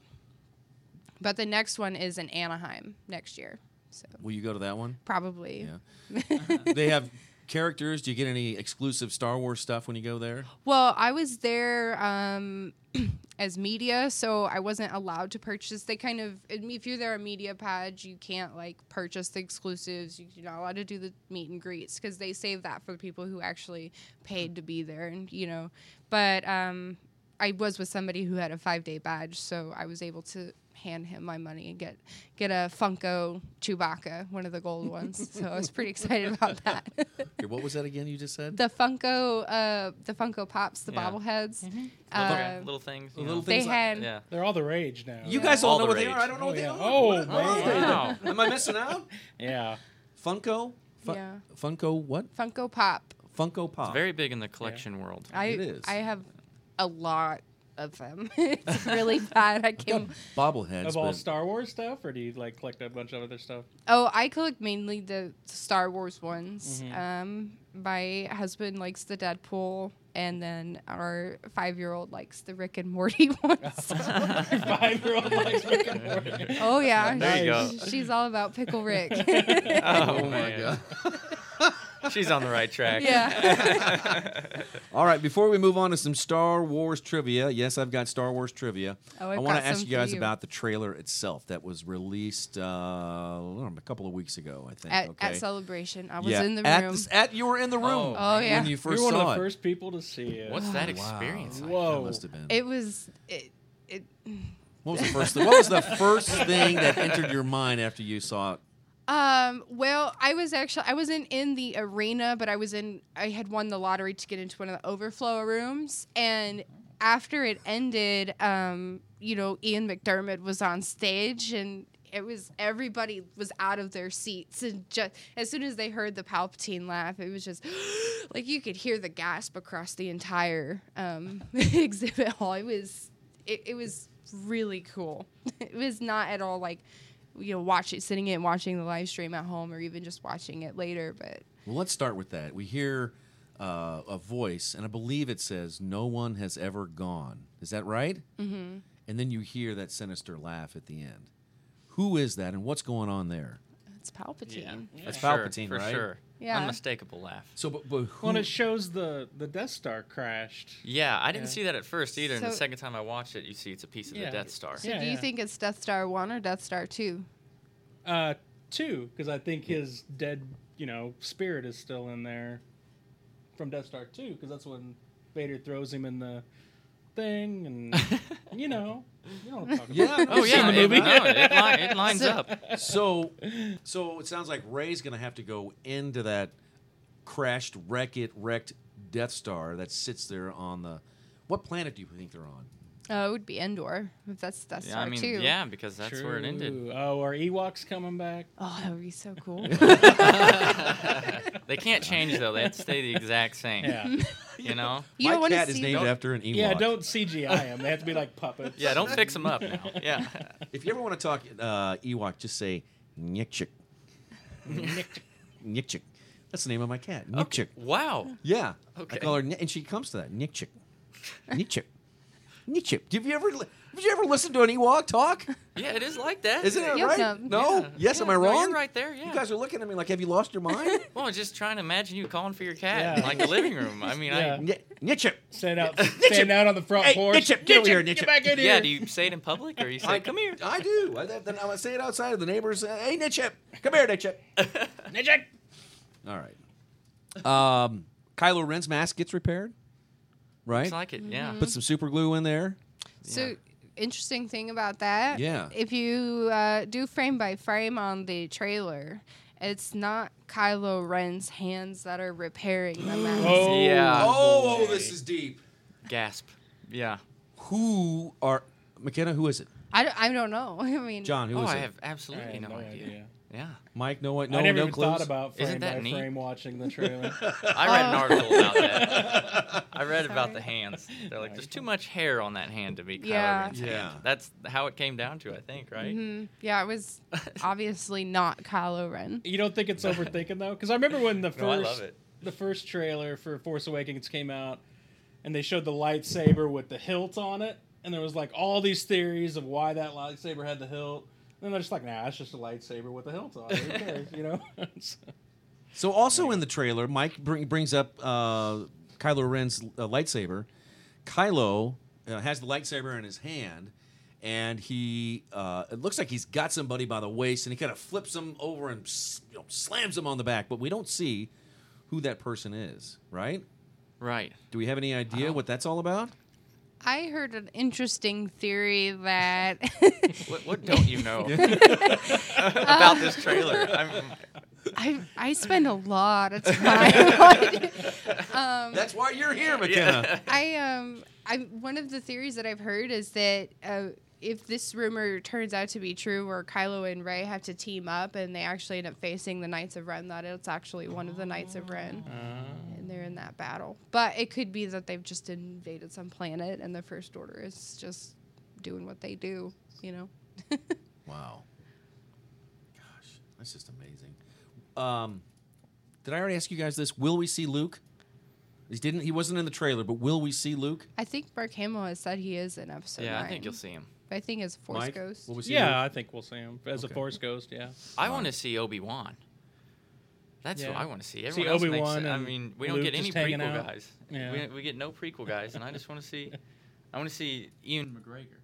Speaker 6: But the next one is in Anaheim next year. So
Speaker 2: Will you go to that one?
Speaker 6: probably.
Speaker 2: Yeah. they have characters. Do you get any exclusive Star Wars stuff when you go there?
Speaker 6: Well, I was there um, as media, so I wasn't allowed to purchase. They kind of, if you're there a media page, you can't like purchase the exclusives. You- You're not allowed to do the meet and greets because they save that for the people who actually paid to be there, and you know. But um, I was with somebody who had a five day badge, so I was able to hand him my money and get get a Funko Chewbacca, one of the gold ones. so I was pretty excited about that.
Speaker 2: Okay, what was that again? You just said.
Speaker 6: the Funko, uh, the Funko Pops, the
Speaker 1: Yeah.
Speaker 6: bobbleheads.
Speaker 1: Little-
Speaker 6: Uh,
Speaker 1: little things.
Speaker 2: The
Speaker 1: you
Speaker 2: little
Speaker 1: know.
Speaker 6: they
Speaker 2: things like-
Speaker 6: had
Speaker 1: Yeah.
Speaker 5: They're all the rage now.
Speaker 2: You
Speaker 5: yeah.
Speaker 2: guys all,
Speaker 1: All
Speaker 2: know
Speaker 1: the
Speaker 2: what they are.
Speaker 1: rage.
Speaker 2: I don't know what they
Speaker 5: yeah.
Speaker 2: are.
Speaker 5: Oh,
Speaker 2: What- what are they?
Speaker 1: wow.
Speaker 2: Am I missing out?
Speaker 5: yeah.
Speaker 2: Funko. Fu-
Speaker 6: Yeah.
Speaker 2: Funko what?
Speaker 6: Funko Pop.
Speaker 2: Funko Pop.
Speaker 1: It's very big in the collection world.
Speaker 6: I
Speaker 2: It is.
Speaker 6: I have a lot of them. it's really bad. I
Speaker 2: Got
Speaker 6: can
Speaker 2: bobbleheads.
Speaker 5: Of all
Speaker 2: but-
Speaker 5: Star Wars stuff, or do you like collect a bunch of other stuff?
Speaker 6: Oh, I collect mainly the Star Wars ones.
Speaker 1: Mm-hmm.
Speaker 6: Um, my husband likes the Deadpool, and then our five-year-old likes the Rick and Morty ones.
Speaker 5: Five year old likes Rick and Morty.
Speaker 6: oh yeah,
Speaker 1: There you
Speaker 6: She-
Speaker 1: go.
Speaker 6: she's all about Pickle Rick.
Speaker 1: Oh,
Speaker 2: my God.
Speaker 1: God. She's on the right track.
Speaker 6: yeah.
Speaker 2: All right, before we move on to some Star Wars trivia, yes, I've got Star Wars trivia.
Speaker 6: Oh,
Speaker 2: I
Speaker 6: I've
Speaker 2: wanna
Speaker 6: got
Speaker 2: ask
Speaker 6: some
Speaker 2: you guys
Speaker 6: for you.
Speaker 2: about the trailer itself that was released uh, I don't know, a couple of weeks ago, I think.
Speaker 6: At,
Speaker 2: okay.
Speaker 6: at celebration, I was
Speaker 2: yeah.
Speaker 6: in the
Speaker 2: at
Speaker 6: room.
Speaker 2: s- at- you were in the room.
Speaker 1: Oh, Oh,
Speaker 6: man. yeah.
Speaker 2: When you
Speaker 5: You're
Speaker 2: first
Speaker 5: one
Speaker 2: saw
Speaker 5: of the
Speaker 2: it.
Speaker 5: first people to see it.
Speaker 1: What's that experience like?
Speaker 5: Whoa.
Speaker 2: That must have been.
Speaker 6: it was. It, it,
Speaker 2: what was the first? What was the first thing that entered your mind after you saw it?
Speaker 6: Um, well, I was actually I wasn't in the arena, but I was in I had won the lottery to get into one of the overflow rooms and after it ended, um, you know, Ian McDermott was on stage and it was everybody was out of their seats and just as soon as they heard the Palpatine laugh, it was just like you could hear the gasp across the entire um, exhibit hall. It was it, it was really cool. it was not at all like you know, watching sitting it and watching the live stream at home or even just watching it later. But
Speaker 2: Well, let's start with that. We hear uh, a voice, and I believe it says, "No one has ever gone." Is that right? Mm-hmm. And then you hear that sinister laugh at the end. Who is that, and what's going on there?
Speaker 6: it's Palpatine.
Speaker 1: Yeah.
Speaker 2: That's
Speaker 1: For sure,
Speaker 2: Palpatine,
Speaker 1: for
Speaker 2: right?
Speaker 1: sure.
Speaker 6: Yeah.
Speaker 1: Unmistakable laugh.
Speaker 2: So, but, but who?
Speaker 5: Well, and it shows the the Death Star crashed.
Speaker 1: Yeah, I didn't see that at first either. and the
Speaker 6: So-
Speaker 1: second time I watched it, you see it's a piece of
Speaker 5: Yeah.
Speaker 1: the Death Star.
Speaker 6: So
Speaker 5: Yeah,
Speaker 6: do you
Speaker 5: yeah.
Speaker 6: think it's Death Star One or Death Star Two?
Speaker 5: Uh, two, because I think his dead, you know, spirit is still in there from Death Star two, because that's when Vader throws him in the thing, and you know, you know what I'm talking
Speaker 2: yeah.
Speaker 5: about.
Speaker 1: Oh
Speaker 2: I've seen
Speaker 1: yeah,
Speaker 2: the
Speaker 1: it,
Speaker 2: movie.
Speaker 1: no, it, li- it lines up.
Speaker 2: so, so it sounds like Ray's going to have to go into that crashed, wreck it, wrecked Death Star that sits there on the. What planet do you think they're on?
Speaker 6: Uh, it would be Endor if that's Death
Speaker 1: Yeah,
Speaker 6: Star
Speaker 1: I mean,
Speaker 6: Two.
Speaker 1: yeah, because that's where it ended.
Speaker 5: True. Oh, are Ewoks coming back?
Speaker 6: Oh, that would be so cool.
Speaker 1: They can't change though; they have to stay the exact same.
Speaker 5: Yeah,
Speaker 1: You know?
Speaker 6: you don't
Speaker 2: My
Speaker 6: want
Speaker 2: cat
Speaker 6: to
Speaker 2: is
Speaker 6: see.
Speaker 2: named after an Ewok.
Speaker 5: yeah. Don't CGI them. They have to be like puppets.
Speaker 1: Yeah, don't fix them up now. Yeah.
Speaker 2: If you ever want to talk uh, Ewok, just say Nyikchik. Nyikchik. That's the name of my cat. Nyikchik.
Speaker 1: Wow.
Speaker 2: Yeah.
Speaker 1: Okay.
Speaker 2: I call her, Ny- and she comes to that. Nyikchik. Nyikchik. Nyikchik. Have you ever, li- have you ever listened to an Ewok talk?
Speaker 1: Yeah, it is like that.
Speaker 2: Isn't it
Speaker 6: Yeah,
Speaker 2: right?
Speaker 6: no.
Speaker 2: No.
Speaker 1: Yeah.
Speaker 2: Yes.
Speaker 1: Yeah,
Speaker 2: am I
Speaker 1: no,
Speaker 2: wrong?
Speaker 1: you're right there, yeah.
Speaker 2: You guys are looking at me like, have you lost your mind?
Speaker 1: Well, I'm just trying to imagine you calling for your cat in
Speaker 5: Yeah.
Speaker 1: like the living room. I mean,
Speaker 5: Yeah.
Speaker 1: I
Speaker 2: Ny- Nyikchik.
Speaker 5: Stand out, stand out on the front
Speaker 2: Hey,
Speaker 5: porch.
Speaker 2: Nitchip, get over here, Nitchip.
Speaker 5: Get back in here.
Speaker 1: yeah. Do you say it in public, or you say, "Come here"?
Speaker 2: I do. I, then I would say it outside of the neighbors. uh, Hey, Nyikchik. Come here, Nyikchik.
Speaker 5: Nitchip.
Speaker 2: All right. Um, Kylo Ren's mask gets repaired, right?
Speaker 1: It's like it. Yeah.
Speaker 2: Put some super glue in there.
Speaker 6: So interesting thing about that.
Speaker 2: Yeah.
Speaker 6: If you uh, do frame by frame on the trailer, it's not Kylo Ren's hands that are repairing the mask.
Speaker 5: Oh,
Speaker 1: Yeah.
Speaker 2: Oh, this is deep.
Speaker 1: Gasp. Yeah.
Speaker 2: Who are McKenna? Who is it?
Speaker 6: I, don't, I don't know. I mean,
Speaker 2: John? Who is
Speaker 1: Oh, I
Speaker 2: it?
Speaker 1: have absolutely
Speaker 5: I had
Speaker 1: no,
Speaker 5: no
Speaker 1: idea.
Speaker 5: idea.
Speaker 1: Yeah.
Speaker 2: Mike? No, one- no,
Speaker 5: I never
Speaker 2: no
Speaker 5: even
Speaker 2: clues.
Speaker 5: thought about frame
Speaker 1: Isn't that
Speaker 5: by
Speaker 1: neat?
Speaker 5: frame watching the trailer.
Speaker 1: I read
Speaker 2: Oh.
Speaker 1: an article about that. I read about the hands. They're like, there's too much hair on that hand to be Kylo
Speaker 6: Yeah.
Speaker 1: Ren's hand."
Speaker 2: Yeah. Mm-hmm.
Speaker 1: That's how it came down to, I think, right?
Speaker 6: yeah, it was obviously not Kylo Ren.
Speaker 5: You don't think it's overthinking though? Because I remember when the first
Speaker 1: No, I love it.
Speaker 5: the first trailer for Force Awakens came out, and they showed the lightsaber with the hilt on it, and there was like all these theories of why that lightsaber had the hilt. And they're just like, nah, it's just a lightsaber with a hilt on it. Who cares, you know? So-
Speaker 2: So also in the trailer, Mike bring, brings up uh, Kylo Ren's uh, lightsaber. Kylo uh, has the lightsaber in his hand, and he uh, it looks like he's got somebody by the waist, and he kind of flips him over and s- you know, slams him on the back. But we don't see who that person is, right?
Speaker 1: Right.
Speaker 2: Do we have any idea what that's all about?
Speaker 6: I heard an interesting theory that
Speaker 1: What, what don't you know about this trailer? I'm,
Speaker 6: I I spend a lot of time. on-
Speaker 1: Um,
Speaker 2: That's why you're here, McKenna.
Speaker 6: I um I one of the theories that I've heard is that uh, if this rumor turns out to be true, where Kylo and Rey have to team up and they actually end up facing the Knights of Ren, that it's actually one of the Knights of Ren, and they're in that battle. But it could be that they've just invaded some planet, and the First Order is just doing what they do. You know,
Speaker 2: Wow. Gosh, that's just amazing. Um, did I already ask you guys this? Will we see Luke? He didn't. He wasn't in the trailer, but will we see Luke?
Speaker 6: I think Mark Hamill has said he is in episode.
Speaker 1: yeah, I
Speaker 6: nine.
Speaker 1: think you'll see him.
Speaker 6: I think it's Force
Speaker 2: Mike,
Speaker 6: Ghost.
Speaker 2: will we see
Speaker 5: yeah,
Speaker 2: Luke?
Speaker 5: I think we'll see him as
Speaker 2: Okay.
Speaker 5: a Force Ghost. Yeah.
Speaker 1: I want to see Obi Wan. That's what
Speaker 5: Yeah.
Speaker 1: I want to see.
Speaker 5: See
Speaker 1: Everyone else makes
Speaker 5: Obi-Wan
Speaker 1: it- I
Speaker 5: and
Speaker 1: mean, we don't
Speaker 5: Luke
Speaker 1: get any
Speaker 5: just hanging
Speaker 1: prequel
Speaker 5: out.
Speaker 1: guys.
Speaker 5: Yeah.
Speaker 1: We, we get no prequel guys, and I just want to see. I want to see Ian McGregor.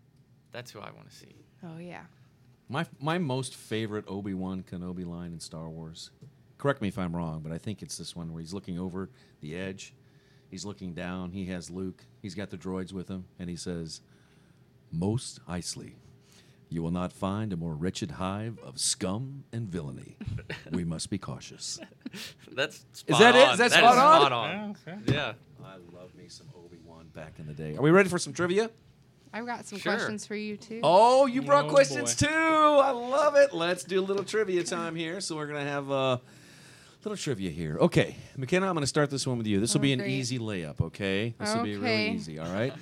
Speaker 1: That's who I want to see.
Speaker 6: oh yeah.
Speaker 2: My my most favorite Obi Wan Kenobi line in Star Wars. Correct me if I'm wrong, but I think it's this one where he's looking over the edge. He's looking down. He has Luke. He's got the droids with him, and he says, "Most icily, you will not find a more wretched hive of scum and villainy. We must be cautious."
Speaker 1: That's spot
Speaker 2: that it?
Speaker 1: on.
Speaker 2: Is that spot on?
Speaker 5: Yeah, okay.
Speaker 1: Yeah.
Speaker 2: I love me some Obi Wan back in the day. Are we ready for some trivia?
Speaker 6: I've got some
Speaker 1: Sure.
Speaker 6: questions for you too.
Speaker 2: Oh, you brought
Speaker 5: Oh,
Speaker 2: questions
Speaker 5: boy.
Speaker 2: too. I love it. Let's do a little trivia time here. So we're gonna have a little trivia here. Okay, McKenna, I'm gonna start this one with you. This will
Speaker 6: Oh,
Speaker 2: be an
Speaker 6: great.
Speaker 2: easy layup. Okay, this will be really
Speaker 6: Okay.
Speaker 2: easy. All right.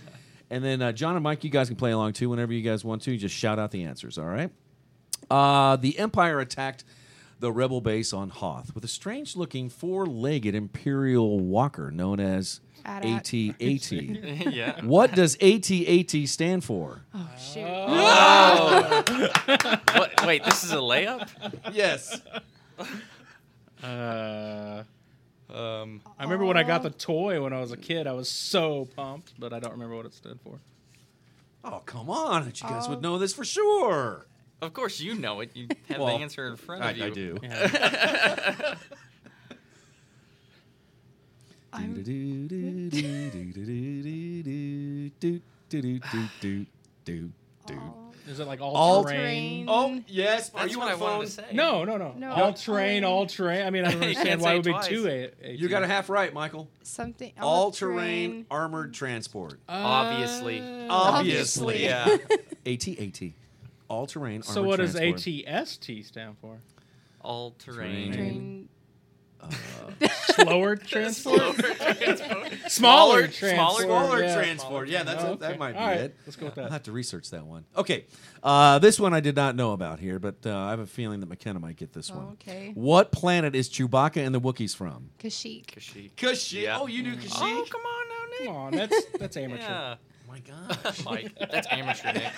Speaker 2: And then uh, John and Mike, you guys can play along too whenever you guys want to. Just shout out the answers. All right. Uh, the Empire attacked the rebel base on Hoth with a strange looking four legged Imperial walker known as
Speaker 6: AT-AT.
Speaker 2: AT-AT.
Speaker 1: yeah.
Speaker 2: what does AT-AT stand for?
Speaker 6: Oh, shoot.
Speaker 1: What, wait, this is a layup?
Speaker 2: Yes.
Speaker 5: Uh,
Speaker 1: Um,
Speaker 5: I remember when I got the toy when I was a kid. I was so pumped, but I don't remember what it stood for.
Speaker 2: Oh, come on. You guys would know this for sure.
Speaker 1: of course, you know it. You have
Speaker 2: Well,
Speaker 1: the answer in front of you.
Speaker 5: Is it like all,
Speaker 2: All
Speaker 6: terrain.
Speaker 5: terrain?
Speaker 2: Oh, yes. Are
Speaker 1: That's
Speaker 2: you
Speaker 1: what
Speaker 2: on
Speaker 1: I
Speaker 2: the phone?
Speaker 1: wanted to say.
Speaker 5: No, no, no,
Speaker 6: No,
Speaker 5: All
Speaker 6: all
Speaker 5: terrain, all terrain. I mean, I don't
Speaker 1: You
Speaker 5: understand
Speaker 1: can't
Speaker 5: why
Speaker 1: say
Speaker 5: it would
Speaker 1: twice.
Speaker 5: be two. A- AT.
Speaker 2: You got it half right, Michael.
Speaker 6: Something.
Speaker 2: All terrain armored transport.
Speaker 1: Obviously.
Speaker 2: Uh,
Speaker 6: Obviously.
Speaker 1: Yeah.
Speaker 2: AT AT. All terrain armored
Speaker 5: So what does
Speaker 2: transport.
Speaker 5: ATST stand for?
Speaker 1: All terrain.
Speaker 6: Train.
Speaker 5: Slower transport.
Speaker 1: Smaller-
Speaker 5: transport.
Speaker 2: Smaller
Speaker 5: yeah.
Speaker 2: transport. Yeah, that's
Speaker 5: Oh,
Speaker 2: it. that
Speaker 5: okay.
Speaker 2: might be
Speaker 5: All right,
Speaker 2: it.
Speaker 5: let's go with
Speaker 2: I'll
Speaker 5: that.
Speaker 2: have to research that one. Okay, uh, this one I did not know about here, but uh, I have a feeling that McKenna might get this one.
Speaker 6: Okay.
Speaker 2: What planet is Chewbacca and the Wookiees from?
Speaker 6: Kashyyyk.
Speaker 1: Kashyyyk.
Speaker 2: Kashyyyk.
Speaker 1: Yeah.
Speaker 2: Oh, you knew Kashyyyk.
Speaker 1: Oh, come on now, Nick.
Speaker 5: Come on, that's that's amateur.
Speaker 1: Yeah.
Speaker 2: Oh my God.
Speaker 1: Mike, that's amateur, Nick.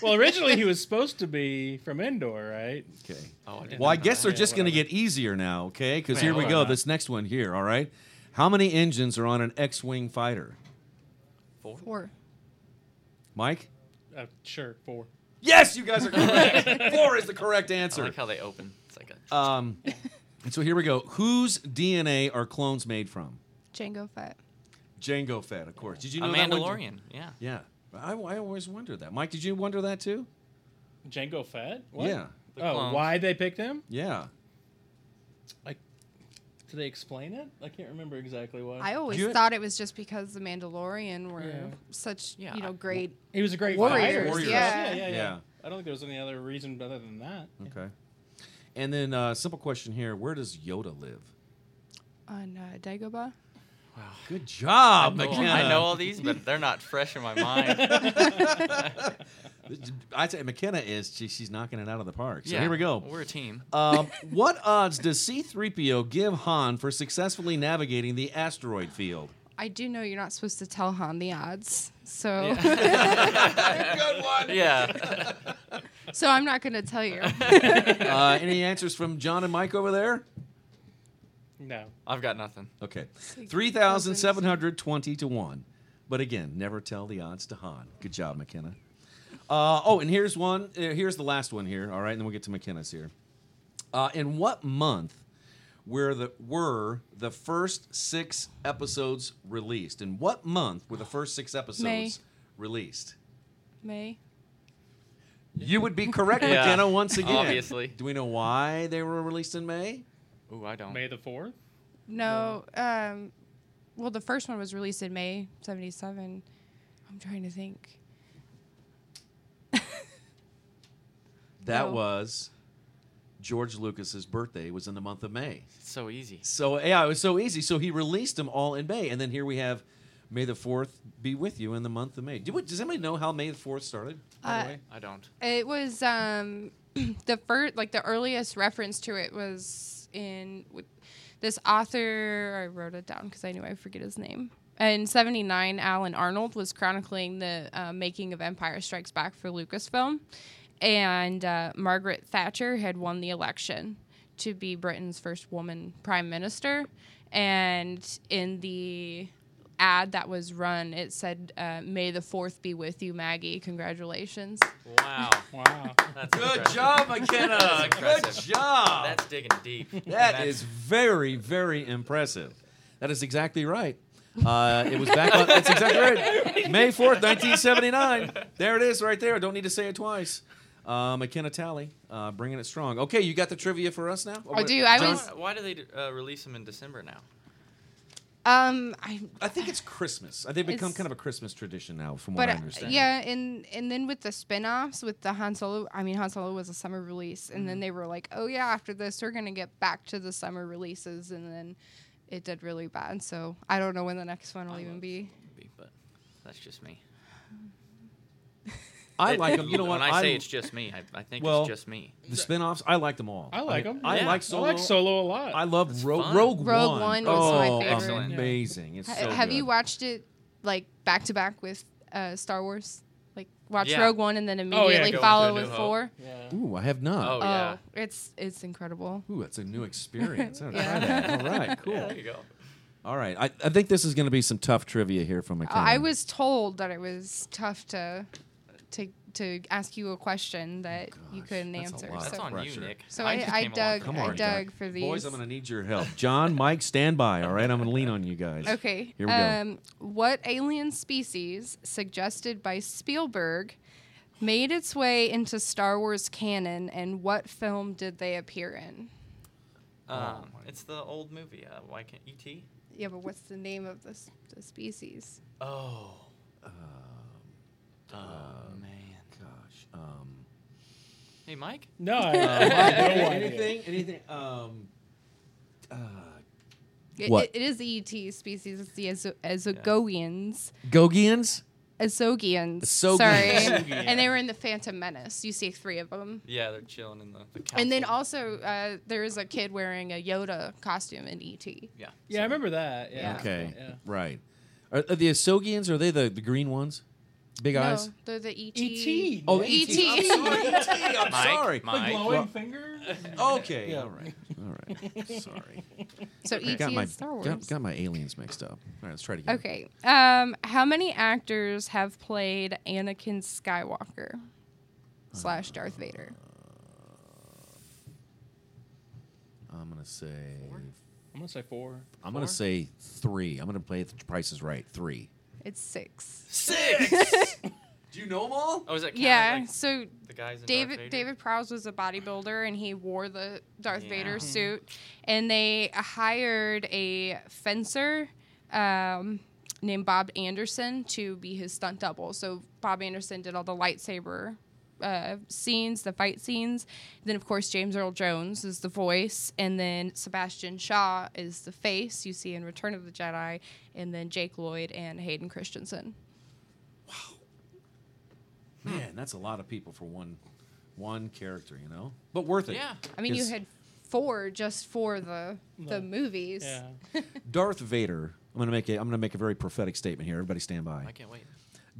Speaker 5: Well, originally he was supposed to be from Endor, right?
Speaker 2: Okay.
Speaker 1: Oh, I didn't
Speaker 2: Well, I
Speaker 1: know
Speaker 2: guess
Speaker 1: that.
Speaker 2: they're just going to get easier now, okay? Because
Speaker 1: Man,
Speaker 2: here we
Speaker 1: why
Speaker 2: go.
Speaker 1: not?
Speaker 2: This next one here, all right? How many engines are on an X Wing fighter?
Speaker 1: Four.
Speaker 6: Four.
Speaker 2: Mike?
Speaker 5: Uh, sure, four.
Speaker 2: Yes, you guys are correct. Four is the correct
Speaker 1: I
Speaker 2: answer.
Speaker 1: like how they open. It's like a.
Speaker 2: Um, and so here we go. Whose DNA are clones made from?
Speaker 6: Django Fett.
Speaker 2: Jango Fett, of course. Did you
Speaker 1: a
Speaker 2: know that one?
Speaker 1: Mandalorian. Yeah.
Speaker 2: Yeah. I, I always wonder that. Mike, did you wonder that too?
Speaker 5: Django Fett? What?
Speaker 2: Yeah.
Speaker 1: The
Speaker 5: Oh,
Speaker 1: clones.
Speaker 5: why they picked him?
Speaker 2: Yeah.
Speaker 5: Like, did they explain it? I can't remember exactly why.
Speaker 6: I always
Speaker 2: Uh, You-
Speaker 6: thought it was just because the Mandalorian were
Speaker 5: Yeah.
Speaker 6: such,
Speaker 1: Yeah,
Speaker 6: you
Speaker 1: I-
Speaker 6: know, great.
Speaker 5: He was a great
Speaker 6: Warriors,
Speaker 5: fighter.
Speaker 2: Warriors.
Speaker 5: Yeah. Yeah, yeah,
Speaker 2: Yeah. Mm.
Speaker 5: I don't think there was any other reason other than that.
Speaker 2: Okay. And then, uh, simple question here where does Yoda live?
Speaker 6: On uh, Dagobah.
Speaker 2: Good job,
Speaker 1: Well,
Speaker 2: McKenna.
Speaker 1: I know all these, but they're not fresh in my mind.
Speaker 2: I'd say McKenna is she, she's knocking it out of the park. So
Speaker 1: Yeah,
Speaker 2: here we go.
Speaker 1: We're a team.
Speaker 2: Um, what odds does C3PO give Han for successfully navigating the asteroid field?
Speaker 6: I do know you're not supposed to tell Han the odds. So
Speaker 2: Good one.
Speaker 1: Yeah.
Speaker 6: so I'm not going to tell you.
Speaker 2: Uh, any answers from John and Mike over there?
Speaker 5: No.
Speaker 1: I've got nothing.
Speaker 2: Okay. 3,720 to 1. But again, never tell the odds to Han. Good job, McKenna. Uh, oh, and here's one. uh, Here's the last one here. All right, and then we'll get to McKenna's here. Uh, in what month were the were the first six episodes released? In what month were the first six episodes
Speaker 6: May.
Speaker 2: released?
Speaker 6: May.
Speaker 2: You would be correct,
Speaker 1: Yeah,
Speaker 2: McKenna. Once again,
Speaker 1: obviously.
Speaker 2: Do we know why they were released in May?
Speaker 1: Ooh, I don't.
Speaker 5: May the 4th?
Speaker 6: No. Um, well, the first one was released in May 77. I'm trying to think.
Speaker 2: That
Speaker 6: No.
Speaker 2: was George Lucas's birthday was in the month of May.
Speaker 1: It's so easy.
Speaker 2: So yeah, it was so easy. So he released them all in May, and then here we have May the Fourth be with you in the month of May. Do, what- does anybody know how May the Fourth started? By
Speaker 6: Uh,
Speaker 2: the way,
Speaker 1: I don't.
Speaker 6: It was um, the first, like the earliest reference to it was in w- this author. I wrote it down because I knew I would forget his name. In '79, Alan Arnold was chronicling the uh, making of Empire Strikes Back for Lucasfilm, and uh, Margaret Thatcher had won the election to be Britain's first woman prime minister. And in the ad that was run, it said, uh, "May the Fourth be with you, Maggie. Congratulations."
Speaker 1: Wow.
Speaker 5: Wow.
Speaker 1: That's
Speaker 2: good
Speaker 1: impressive.
Speaker 2: job, McKenna. good
Speaker 1: impressive.
Speaker 2: job.
Speaker 1: That's digging deep.
Speaker 2: That is very, very impressive. That is exactly right. Uh, it was back on. That's exactly right. May fourth, nineteen seventy nine. There it is, right there. I don't need to say it twice. Uh, McKenna Talley, uh, bringing it strong. Okay, you got the trivia for us now.
Speaker 6: I do. I
Speaker 1: Why-
Speaker 6: was.
Speaker 1: Why do they uh, release them in December now?
Speaker 6: Um, I.
Speaker 2: I think it's Christmas. I think it's become
Speaker 6: It's-
Speaker 2: kind of a Christmas tradition now, from what
Speaker 6: But
Speaker 2: Oh, I
Speaker 6: uh,
Speaker 2: understand.
Speaker 6: yeah, and and then with the spin-offs with the Han Solo, I mean Han Solo was a summer release, and then they were like, oh yeah, after this we're gonna get back to the summer releases, and then it did really bad. So I don't know when the next one will even be.
Speaker 1: Maybe, But that's just me.
Speaker 2: I
Speaker 1: It-
Speaker 2: like them. You know what?
Speaker 1: When I say
Speaker 2: I-
Speaker 1: it's just me, I, I think
Speaker 2: Well-
Speaker 1: it's just me.
Speaker 2: The spin-offs, I like them all.
Speaker 5: I like
Speaker 2: mean,
Speaker 5: them.
Speaker 2: I,
Speaker 1: Yeah.
Speaker 2: like
Speaker 5: I
Speaker 2: Solo.
Speaker 5: like Solo a lot.
Speaker 2: I love
Speaker 1: It's
Speaker 2: Ro-
Speaker 1: fun.
Speaker 2: Rogue One.
Speaker 6: Rogue One was my
Speaker 2: oh,
Speaker 6: favorite.
Speaker 1: Excellent.
Speaker 2: amazing! It's
Speaker 6: Ha-
Speaker 2: so
Speaker 6: have
Speaker 2: good.
Speaker 6: you watched it like back to back with uh, Star Wars? Like watch
Speaker 1: Yeah.
Speaker 6: Rogue One and then
Speaker 5: yeah,
Speaker 6: immediately
Speaker 1: go
Speaker 6: follow
Speaker 1: into A New
Speaker 6: with
Speaker 1: Hope.
Speaker 6: four.
Speaker 5: yeah.
Speaker 2: Ooh, I have not.
Speaker 1: Oh,
Speaker 6: Oh,
Speaker 1: yeah.
Speaker 6: it's it's incredible.
Speaker 1: Oh.
Speaker 2: Ooh, that's a new experience. I'm gonna try
Speaker 6: Yeah.
Speaker 2: that. All right, cool.
Speaker 1: There you go.
Speaker 2: All right, I, I think this is going to be some tough trivia here from McKenna.
Speaker 6: I was told that it was tough to to to ask you a question that
Speaker 2: Oh,
Speaker 6: you
Speaker 2: Gosh,
Speaker 6: couldn't
Speaker 2: that's a
Speaker 6: answer.
Speaker 2: lot.
Speaker 1: That's
Speaker 6: So,
Speaker 1: on you,
Speaker 2: pressure.
Speaker 1: Nick.
Speaker 6: so I,
Speaker 1: just
Speaker 6: I,
Speaker 1: came along.
Speaker 6: dug
Speaker 2: Come
Speaker 6: I
Speaker 2: on,
Speaker 6: dug
Speaker 2: Doc.
Speaker 6: for these.
Speaker 2: Boys, I'm going to need your help. John, Mike, stand by. All right, I'm going to lean on you guys.
Speaker 6: Okay.
Speaker 2: Here we go.
Speaker 6: um, What alien species suggested by Spielberg made its way into Star Wars canon, and what film did they appear in?
Speaker 1: Um, it's the old movie. Uh, why can't E.T.?
Speaker 6: Yeah, but what's the name of the, s- the species?
Speaker 1: Oh. oh, man.
Speaker 2: Gosh. Um,
Speaker 1: Hey, Mike?
Speaker 5: No,
Speaker 2: Uh,
Speaker 5: I, I have no idea.
Speaker 2: anything? Anything? Um,
Speaker 6: It-
Speaker 2: What?
Speaker 6: it- it is the ET species. It's the Azo- Azogoians.
Speaker 2: Gogians?
Speaker 6: Azogians.
Speaker 2: Azogians.
Speaker 6: Sorry.
Speaker 5: Azogians.
Speaker 6: and they were in The Phantom Menace. You see three of them.
Speaker 1: Yeah, they're chilling in the, the council.
Speaker 6: And then also, uh, there is a kid wearing a Yoda costume in E ET.
Speaker 1: Yeah.
Speaker 5: Yeah, I remember that. Yeah.
Speaker 2: Okay.
Speaker 5: Yeah.
Speaker 2: Right. Are, are the Asogians, are they the, the green ones? Big eyes?
Speaker 6: No, E they're the ET.
Speaker 5: E.T.
Speaker 2: Oh,
Speaker 5: Nick.
Speaker 6: E.T..
Speaker 2: E.T. I'm sorry.
Speaker 6: E
Speaker 2: E.T. I'm
Speaker 1: Mike,
Speaker 2: sorry.
Speaker 1: Mike.
Speaker 5: Glowing
Speaker 2: Well-
Speaker 5: fingers.
Speaker 2: Okay.
Speaker 5: Yeah.
Speaker 2: All right. All right. Sorry.
Speaker 6: So ET
Speaker 2: got my
Speaker 6: is E Star Wars.
Speaker 2: Got, got my aliens mixed up. All right, let's try it again.
Speaker 6: Okay. Um, how many actors have played Anakin
Speaker 2: Uh,
Speaker 6: Skywalker slash Darth Vader?
Speaker 2: I'm gonna say.
Speaker 5: I'm gonna say four.
Speaker 2: I'm gonna say three. I'm gonna play the Price is Right. Three.
Speaker 6: It's six.
Speaker 1: Six!
Speaker 2: Do you know them all?
Speaker 1: oh, is that counted,
Speaker 6: Yeah.
Speaker 1: like,
Speaker 6: so
Speaker 1: the guys in Darth
Speaker 6: David
Speaker 1: Vader?
Speaker 6: David Prowse was a bodybuilder and he wore the Darth
Speaker 1: Yeah.
Speaker 6: Vader suit, and they uh, hired a fencer. Um, Named Bob Anderson to be his stunt double. So Bob Anderson did all the lightsaber uh, scenes, the fight scenes. Then of course James Earl Jones is the voice, and then Sebastian Shaw is the face you see in Return of the Jedi, and then Jake Lloyd and Hayden Christensen.
Speaker 2: Man, that's a lot of people for one one character, you know. But worth it.
Speaker 1: Yeah.
Speaker 6: I mean, you
Speaker 2: Is
Speaker 6: had four just for the the movies.
Speaker 5: Yeah.
Speaker 2: Darth Vader. I'm gonna make it. I'm gonna make a very prophetic statement here. Everybody, stand by.
Speaker 1: I can't wait.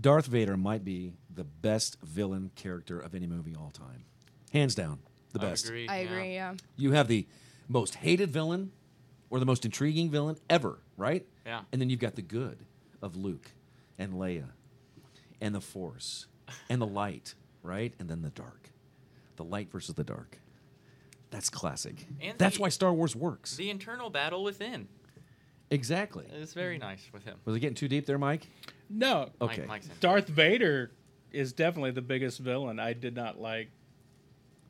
Speaker 2: Darth Vader might be the best villain character of any movie all time, hands down. The
Speaker 1: I
Speaker 2: best.
Speaker 1: agree.
Speaker 6: I
Speaker 1: yeah.
Speaker 6: agree. Yeah.
Speaker 2: You have the most hated villain or the most intriguing villain ever, right?
Speaker 1: Yeah.
Speaker 2: And then you've got the good of Luke and Leia and the Force and the light, right? And then the dark. The light versus the dark. That's classic.
Speaker 1: And
Speaker 2: That's
Speaker 1: the-
Speaker 2: why Star Wars works.
Speaker 1: The Uh, internal battle within
Speaker 2: exactly.
Speaker 1: is very nice with him.
Speaker 2: Was it getting too deep there, Mike?
Speaker 5: No.
Speaker 2: Mm-hmm. Okay.
Speaker 1: Mike, Mike's in.
Speaker 5: Darth Vader is definitely the biggest villain. I did not like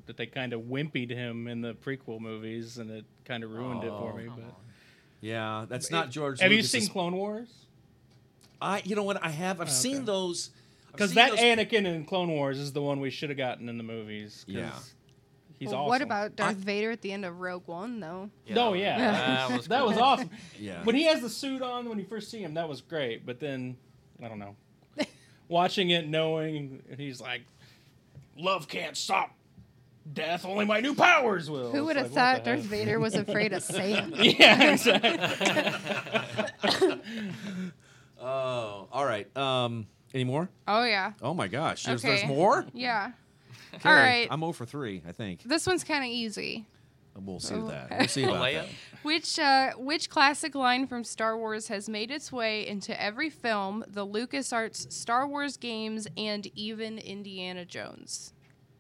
Speaker 5: that they kind of wimpied him in the prequel movies, and it kind of ruined it for me. But
Speaker 2: Yeah, that's Oh. not George.
Speaker 5: have you
Speaker 2: Lucas's-
Speaker 5: seen Clone Wars?
Speaker 2: I, you know what? I have. I've seen those. I've
Speaker 5: Oh, Because
Speaker 2: seen
Speaker 5: that
Speaker 2: those-
Speaker 5: Anakin in Clone Wars is the one we should have gotten in the movies. 'cause
Speaker 2: Yeah.
Speaker 5: He's
Speaker 6: Well,
Speaker 5: awesome.
Speaker 6: What about Darth
Speaker 2: I-
Speaker 6: Vader at the end of Rogue One, though?
Speaker 5: No, oh, yeah.
Speaker 1: That was,
Speaker 5: That
Speaker 1: cool.
Speaker 5: was awesome.
Speaker 2: Yeah.
Speaker 5: When he has the suit on when you first see him, that was great. But then, I don't know. Watching it, knowing, and he's like, love can't stop death, only my new powers will.
Speaker 6: Who
Speaker 5: Oh, It's
Speaker 6: would have
Speaker 5: like, what
Speaker 6: thought
Speaker 5: the
Speaker 6: Darth Vader was afraid of Sam?
Speaker 5: heck? Yeah, exactly.
Speaker 2: Oh, all right. Um, any more?
Speaker 6: Oh yeah.
Speaker 2: Oh my gosh! There's, there's
Speaker 6: Okay.
Speaker 2: more.
Speaker 6: Yeah.
Speaker 2: Okay,
Speaker 6: All right.
Speaker 2: I'm 0 for 3, I think.
Speaker 6: This one's kind of easy.
Speaker 2: We'll see that. We'll see about
Speaker 1: Leia?
Speaker 2: that.
Speaker 6: Which uh, which classic line from Star Wars has made its way into every film, the LucasArts Star Wars games, and even Indiana Jones?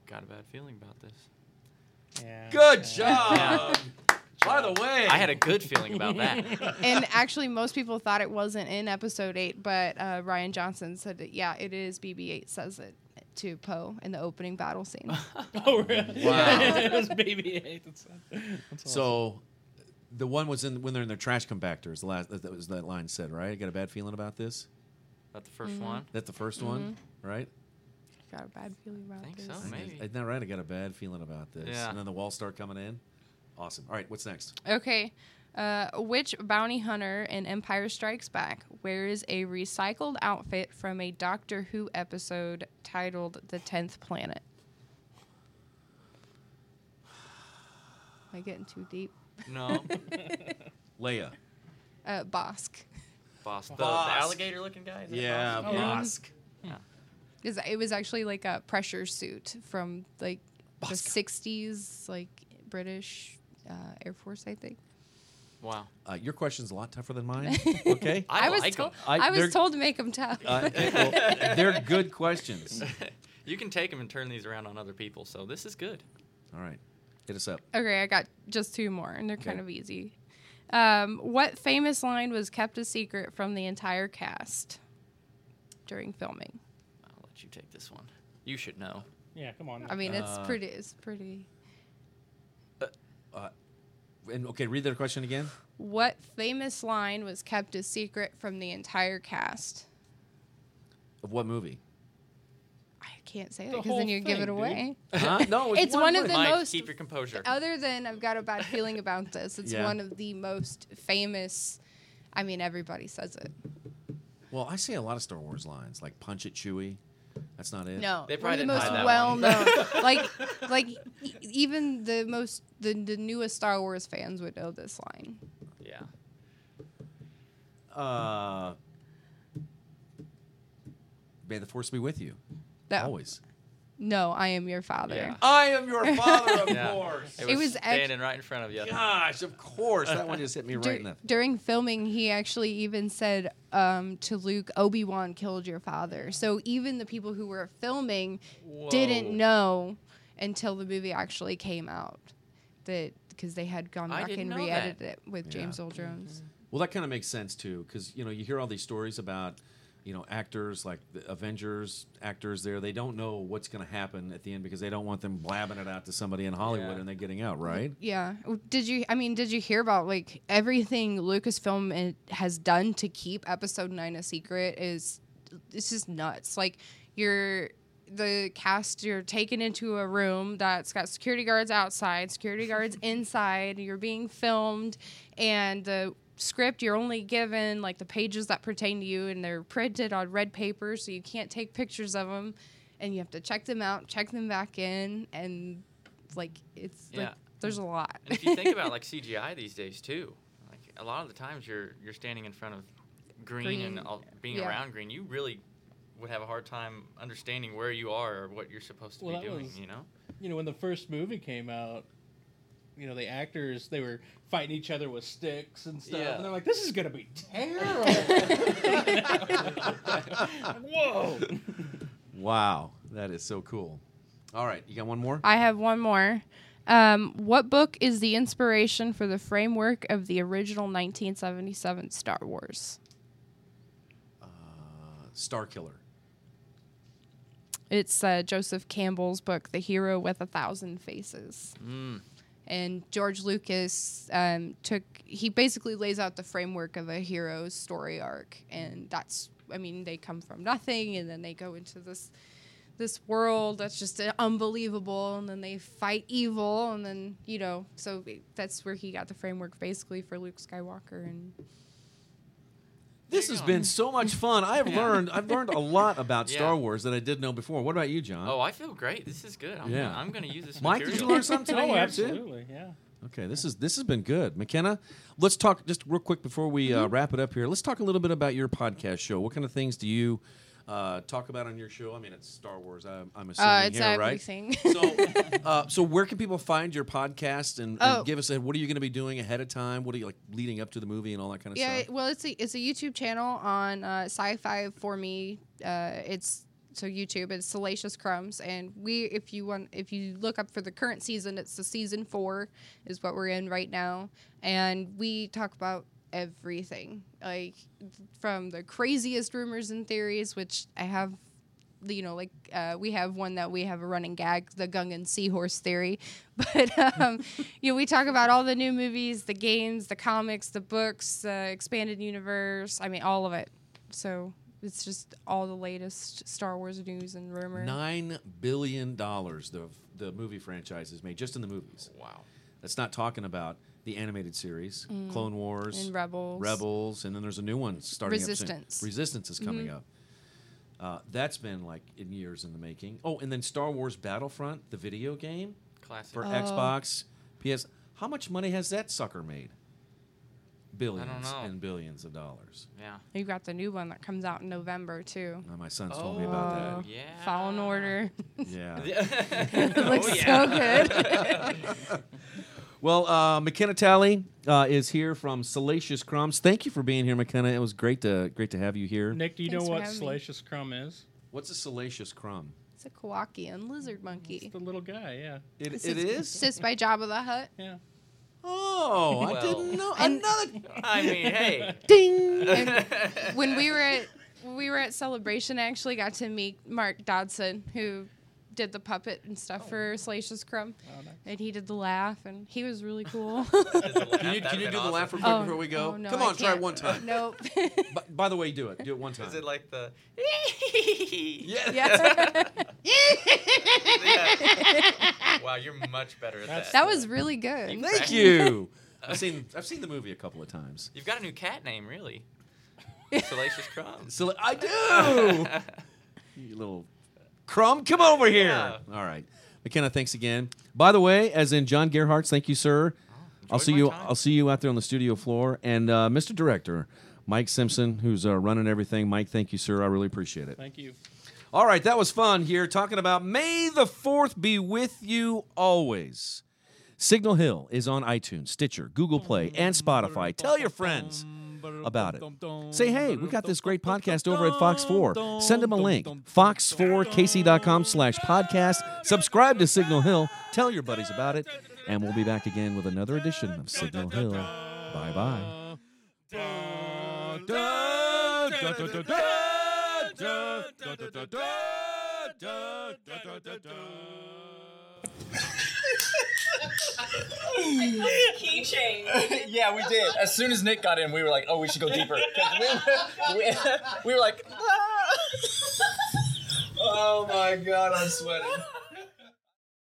Speaker 1: Got a bad feeling about this.
Speaker 5: Yeah.
Speaker 2: Good job. By the way,
Speaker 1: I had a good feeling about that.
Speaker 6: and actually, most people thought it wasn't in Episode Eight, but uh, Ryan Johnson said that yeah, it is. BB-8 says it to Poe in the opening battle scene.
Speaker 5: Oh, really?
Speaker 2: Wow.
Speaker 5: it was BB-8. That's, that's awesome.
Speaker 2: so the one was in when they're in their trash compactor. Is the last that was that line said right? I got a bad feeling about this.
Speaker 1: About the 1st one.
Speaker 2: That the 1st one,
Speaker 6: Mm-hmm.
Speaker 2: right?
Speaker 6: Got a bad feeling about
Speaker 1: I think
Speaker 6: this.
Speaker 1: so.
Speaker 2: I-
Speaker 1: Maybe.
Speaker 2: Isn't that right? I got a bad feeling about this.
Speaker 1: Yeah.
Speaker 2: And then the walls start coming in. Awesome. All right, what's next?
Speaker 6: Okay. Uh, which bounty hunter in Empire Strikes Back wears a recycled outfit from a Doctor Who episode titled The Tenth Planet? Am I getting too deep?
Speaker 1: No.
Speaker 2: Leia.
Speaker 6: Uh, Bosk.
Speaker 1: Boss. The, the
Speaker 2: Boss.
Speaker 1: alligator looking guy? Is that
Speaker 2: Yeah,
Speaker 6: Um,
Speaker 1: Boss? Yeah.
Speaker 2: Bosk.
Speaker 6: Is- It was actually like a pressure suit from like the 60s, like British uh, Air Force, I think.
Speaker 1: Wow.
Speaker 2: Uh, your question's a lot tougher than mine. Okay.
Speaker 1: I,
Speaker 6: was,
Speaker 1: like
Speaker 6: told,
Speaker 1: 'em.
Speaker 2: I-
Speaker 6: I,
Speaker 2: they're-
Speaker 6: was told to make them tough.
Speaker 2: Uh, well, they're good questions.
Speaker 1: You can take them and turn these around on other people, so this is good.
Speaker 2: All right. Hit us up.
Speaker 6: Okay, I got just two more, and they're kind of easy. Um, what famous line was kept a secret from the entire cast during filming?
Speaker 1: I'll let you take this one. You should know.
Speaker 5: Yeah, come on.
Speaker 6: I mean, it's
Speaker 2: Uh,
Speaker 6: pretty. It's pretty.
Speaker 2: And okay, read that question again.
Speaker 6: What famous line was kept a secret from the entire cast?
Speaker 2: Of what movie?
Speaker 6: I can't say that
Speaker 5: The
Speaker 6: because then
Speaker 5: whole
Speaker 6: you give
Speaker 5: thing,
Speaker 6: it
Speaker 5: dude.
Speaker 6: away.
Speaker 2: Huh? No,
Speaker 6: It's one of
Speaker 2: word.
Speaker 6: The
Speaker 1: Mike,
Speaker 6: most-
Speaker 1: keep your composure.
Speaker 6: Other than I've got a bad feeling about this, it's
Speaker 2: Yeah.
Speaker 6: one of the most famous. I mean, everybody says it.
Speaker 2: Well, I say a lot of Star Wars lines, like "punch it, Chewie." That's not it.
Speaker 6: No,
Speaker 1: They
Speaker 6: one
Speaker 1: probably
Speaker 6: of the
Speaker 1: didn't
Speaker 6: most
Speaker 1: hide that
Speaker 6: well
Speaker 1: one.
Speaker 6: known. like, like e- even the most the, the newest Star Wars fans would know this line.
Speaker 1: yeah.
Speaker 2: Uh, may the force be with you.
Speaker 6: No,
Speaker 2: Always.
Speaker 6: no, I am your father.
Speaker 1: Yeah.
Speaker 2: I am your father, of
Speaker 1: Yeah.
Speaker 2: course.
Speaker 1: It was,
Speaker 6: It was act-
Speaker 1: standing right in front of you.
Speaker 2: Gosh, of course. That one just hit me
Speaker 6: Dur-
Speaker 2: right in the.
Speaker 6: during filming, he actually even said um, to Luke, "Obi Wan killed your father." So even the people who were filming
Speaker 1: Whoa.
Speaker 6: didn't know until the movie actually came out that because they had gone
Speaker 1: I
Speaker 6: back
Speaker 1: didn't
Speaker 6: and
Speaker 1: know that.
Speaker 6: re-edited it with
Speaker 2: Yeah.
Speaker 6: James Earl Jones.
Speaker 2: Well, that kind of makes sense too, because you know you hear all these stories about, you know, actors like the Avengers actors. There, they don't know what's going to happen at the end because they don't want them blabbing it out to somebody in Hollywood
Speaker 1: Yeah.
Speaker 2: and they're getting out, right?
Speaker 6: Yeah. W- Did you? I mean, did you hear about like everything Lucasfilm i- has done to keep Episode Nine a secret? Is it's just nuts. Like you're the cast. You're taken into a room that's got security guards outside, security guards inside. You're being filmed, and the script you're only given like the pages that pertain to you, and they're printed on red paper, so you can't take pictures of them, and you have to check them out, check them back in, and like it's
Speaker 1: Yeah.
Speaker 6: like there's a lot.
Speaker 1: And if you think about like CGI these days too, like a lot of the times you're you're standing in front of green, and
Speaker 6: Green,
Speaker 1: all, being
Speaker 6: yeah.
Speaker 1: around green, you really would have a hard time understanding where you are or what you're supposed to be
Speaker 5: Well, that
Speaker 1: doing.
Speaker 5: was-
Speaker 1: You know?
Speaker 5: you know, when the first movie came out, you know, the actors they were fighting each other with sticks and stuff,
Speaker 1: Yeah.
Speaker 5: and they're like, "This is gonna be terrible." Whoa!
Speaker 2: Mm-hmm. Wow, that is so cool. All right, you got one more.
Speaker 6: I have one more. Um, what book is the inspiration for the framework of the original 1977 Star Wars?
Speaker 2: Uh, Star Killer.
Speaker 6: It's uh, Joseph Campbell's book, The Hero with a Thousand Faces. And George Lucas um, took, he basically lays out the framework of a hero's story arc. And that's, I mean, they come from nothing and then they go into this this world that's just uh, unbelievable and then they fight evil and then you know so that's where he got the framework basically for luke skywalker and
Speaker 2: This has been so much fun. I have learned. I've learned a lot about Star
Speaker 1: Yeah.
Speaker 2: Wars that I didn't know before. What about you, John?
Speaker 1: Oh, I feel great. This is good. I'm,
Speaker 2: Yeah.
Speaker 1: I'm gonna use this.
Speaker 2: Mike, did
Speaker 1: material.
Speaker 2: you learn something today?
Speaker 5: oh,
Speaker 2: here, too?
Speaker 5: absolutely, yeah.
Speaker 2: Okay, this is this has been good, McKenna. Let's talk just real quick before we
Speaker 6: Mm-hmm.
Speaker 2: uh, wrap it up here. Let's talk a little bit about your podcast show. What kind of things do you uh, talk about on your show? I mean, it's Star Wars. I'm, I'm assuming
Speaker 6: uh, it's
Speaker 2: here, right?
Speaker 6: everything
Speaker 2: So, uh, so where can people find your podcast and, and
Speaker 6: Oh.
Speaker 2: give us a what are you going to be doing ahead of time? What are you like leading up to the movie and all that kind of
Speaker 6: Yeah,
Speaker 2: stuff?
Speaker 6: well, it's a it's a YouTube channel on uh, Sci-Fi for me. Uh, it's so YouTube. It's Salacious Crumbs, and we if you want if you look up for the current season, it's the season four is what we're in right now, and we talk about everything like from the craziest rumors and theories, which I have you know, like uh, we have one that we have a running gag, the Gungan seahorse theory. But um, you know, we talk about all the new movies, the games, the comics, the books, the expanded universe. I mean, all of it. So it's just all the latest Star Wars news and rumor.
Speaker 2: Nine billion dollars the the movie franchise has made just in the movies.
Speaker 1: Wow.
Speaker 2: That's not talking about the animated series, Clone Wars,
Speaker 6: Mm. And Rebels.
Speaker 2: Rebels, and then there's a new one starting up
Speaker 6: Resistance. Mm-hmm.
Speaker 2: soon. Resistance is coming up. Uh, that's been like in years in the making. Oh, and then Star Wars Battlefront, the video game
Speaker 1: Classic.
Speaker 6: Oh.
Speaker 2: for Xbox, PS. How much money has that sucker made? Billions
Speaker 1: know.
Speaker 2: and billions of dollars.
Speaker 1: yeah.
Speaker 6: You got the new one that comes out in November too. Oh,
Speaker 2: Now, my son's told me about
Speaker 1: Yeah. Oh,
Speaker 6: Fallen Order.
Speaker 2: that. Yeah.
Speaker 1: it
Speaker 6: it looks so good.
Speaker 2: Well, uh, McKenna Talley uh, is here from Salacious Crumbs. Thank you for being here, McKenna. It was great to great to have you here.
Speaker 5: Nick, do you
Speaker 6: Thanks
Speaker 5: know
Speaker 6: for
Speaker 5: what
Speaker 6: having me.
Speaker 5: Salacious Crumb is?
Speaker 2: What's a salacious crumb?
Speaker 6: it's a Kowakian lizard monkey.
Speaker 5: It's the little guy. Yeah.
Speaker 2: It,
Speaker 6: This
Speaker 2: it
Speaker 6: is-
Speaker 2: is.
Speaker 6: Sits by Jabba the Hutt.
Speaker 5: Yeah.
Speaker 2: Oh, I
Speaker 1: Well.
Speaker 2: didn't know.
Speaker 6: And-
Speaker 2: Another
Speaker 1: I mean, hey.
Speaker 2: ding.
Speaker 6: And when we were at when we were at celebration, I actually got to meet Mark Dodson, who did the puppet and stuff
Speaker 2: Oh.
Speaker 6: for Salacious Crumb, and he did the laugh, and he was really cool.
Speaker 2: Can you, can you do the laugh real quick
Speaker 6: Oh,
Speaker 2: before we go?
Speaker 6: oh, no,
Speaker 2: Come
Speaker 6: I
Speaker 2: on, try
Speaker 6: can't.
Speaker 2: one time.
Speaker 6: nope.
Speaker 2: by, by the way, do it. Do it one time.
Speaker 1: Is it like the?
Speaker 2: yeah.
Speaker 6: yeah,
Speaker 1: Wow, you're much better at
Speaker 5: That's-
Speaker 1: that.
Speaker 6: that was really good.
Speaker 2: Thank you. I've seen I've seen the movie a couple of times.
Speaker 1: You've got a new cat name, really. Salacious Crumbs.
Speaker 2: So I do. you little crumb, come over here.
Speaker 1: Yeah.
Speaker 2: All right, McKenna. Thanks again. By the way, as in John Gerhardt's, thank you, sir. I'll
Speaker 1: Oh, enjoyed
Speaker 2: see
Speaker 1: my
Speaker 2: you.
Speaker 1: time.
Speaker 2: I'll see you out there on the studio floor, and uh, Mr. Director Mike Simpson, who's uh, running everything. Mike, thank you, sir. I really appreciate it.
Speaker 5: Thank you.
Speaker 2: All right, that was fun here talking about May the 4th be with you always. Signal Hill is on iTunes, Stitcher, Google Play, and Spotify. Tell your friends about it. Say, hey, we got this great podcast over at Fox 4. Send them a link. Fox4kc.com slash podcast. Subscribe to Signal Hill. Tell your buddies about it. And we'll be back again with another edition of Signal Hill. Bye bye.
Speaker 3: yeah, we did. As soon as Nick got in, we were like, oh, we should go deeper. 'Cause We, we, we were like, "Ah." oh my god, I'm sweating.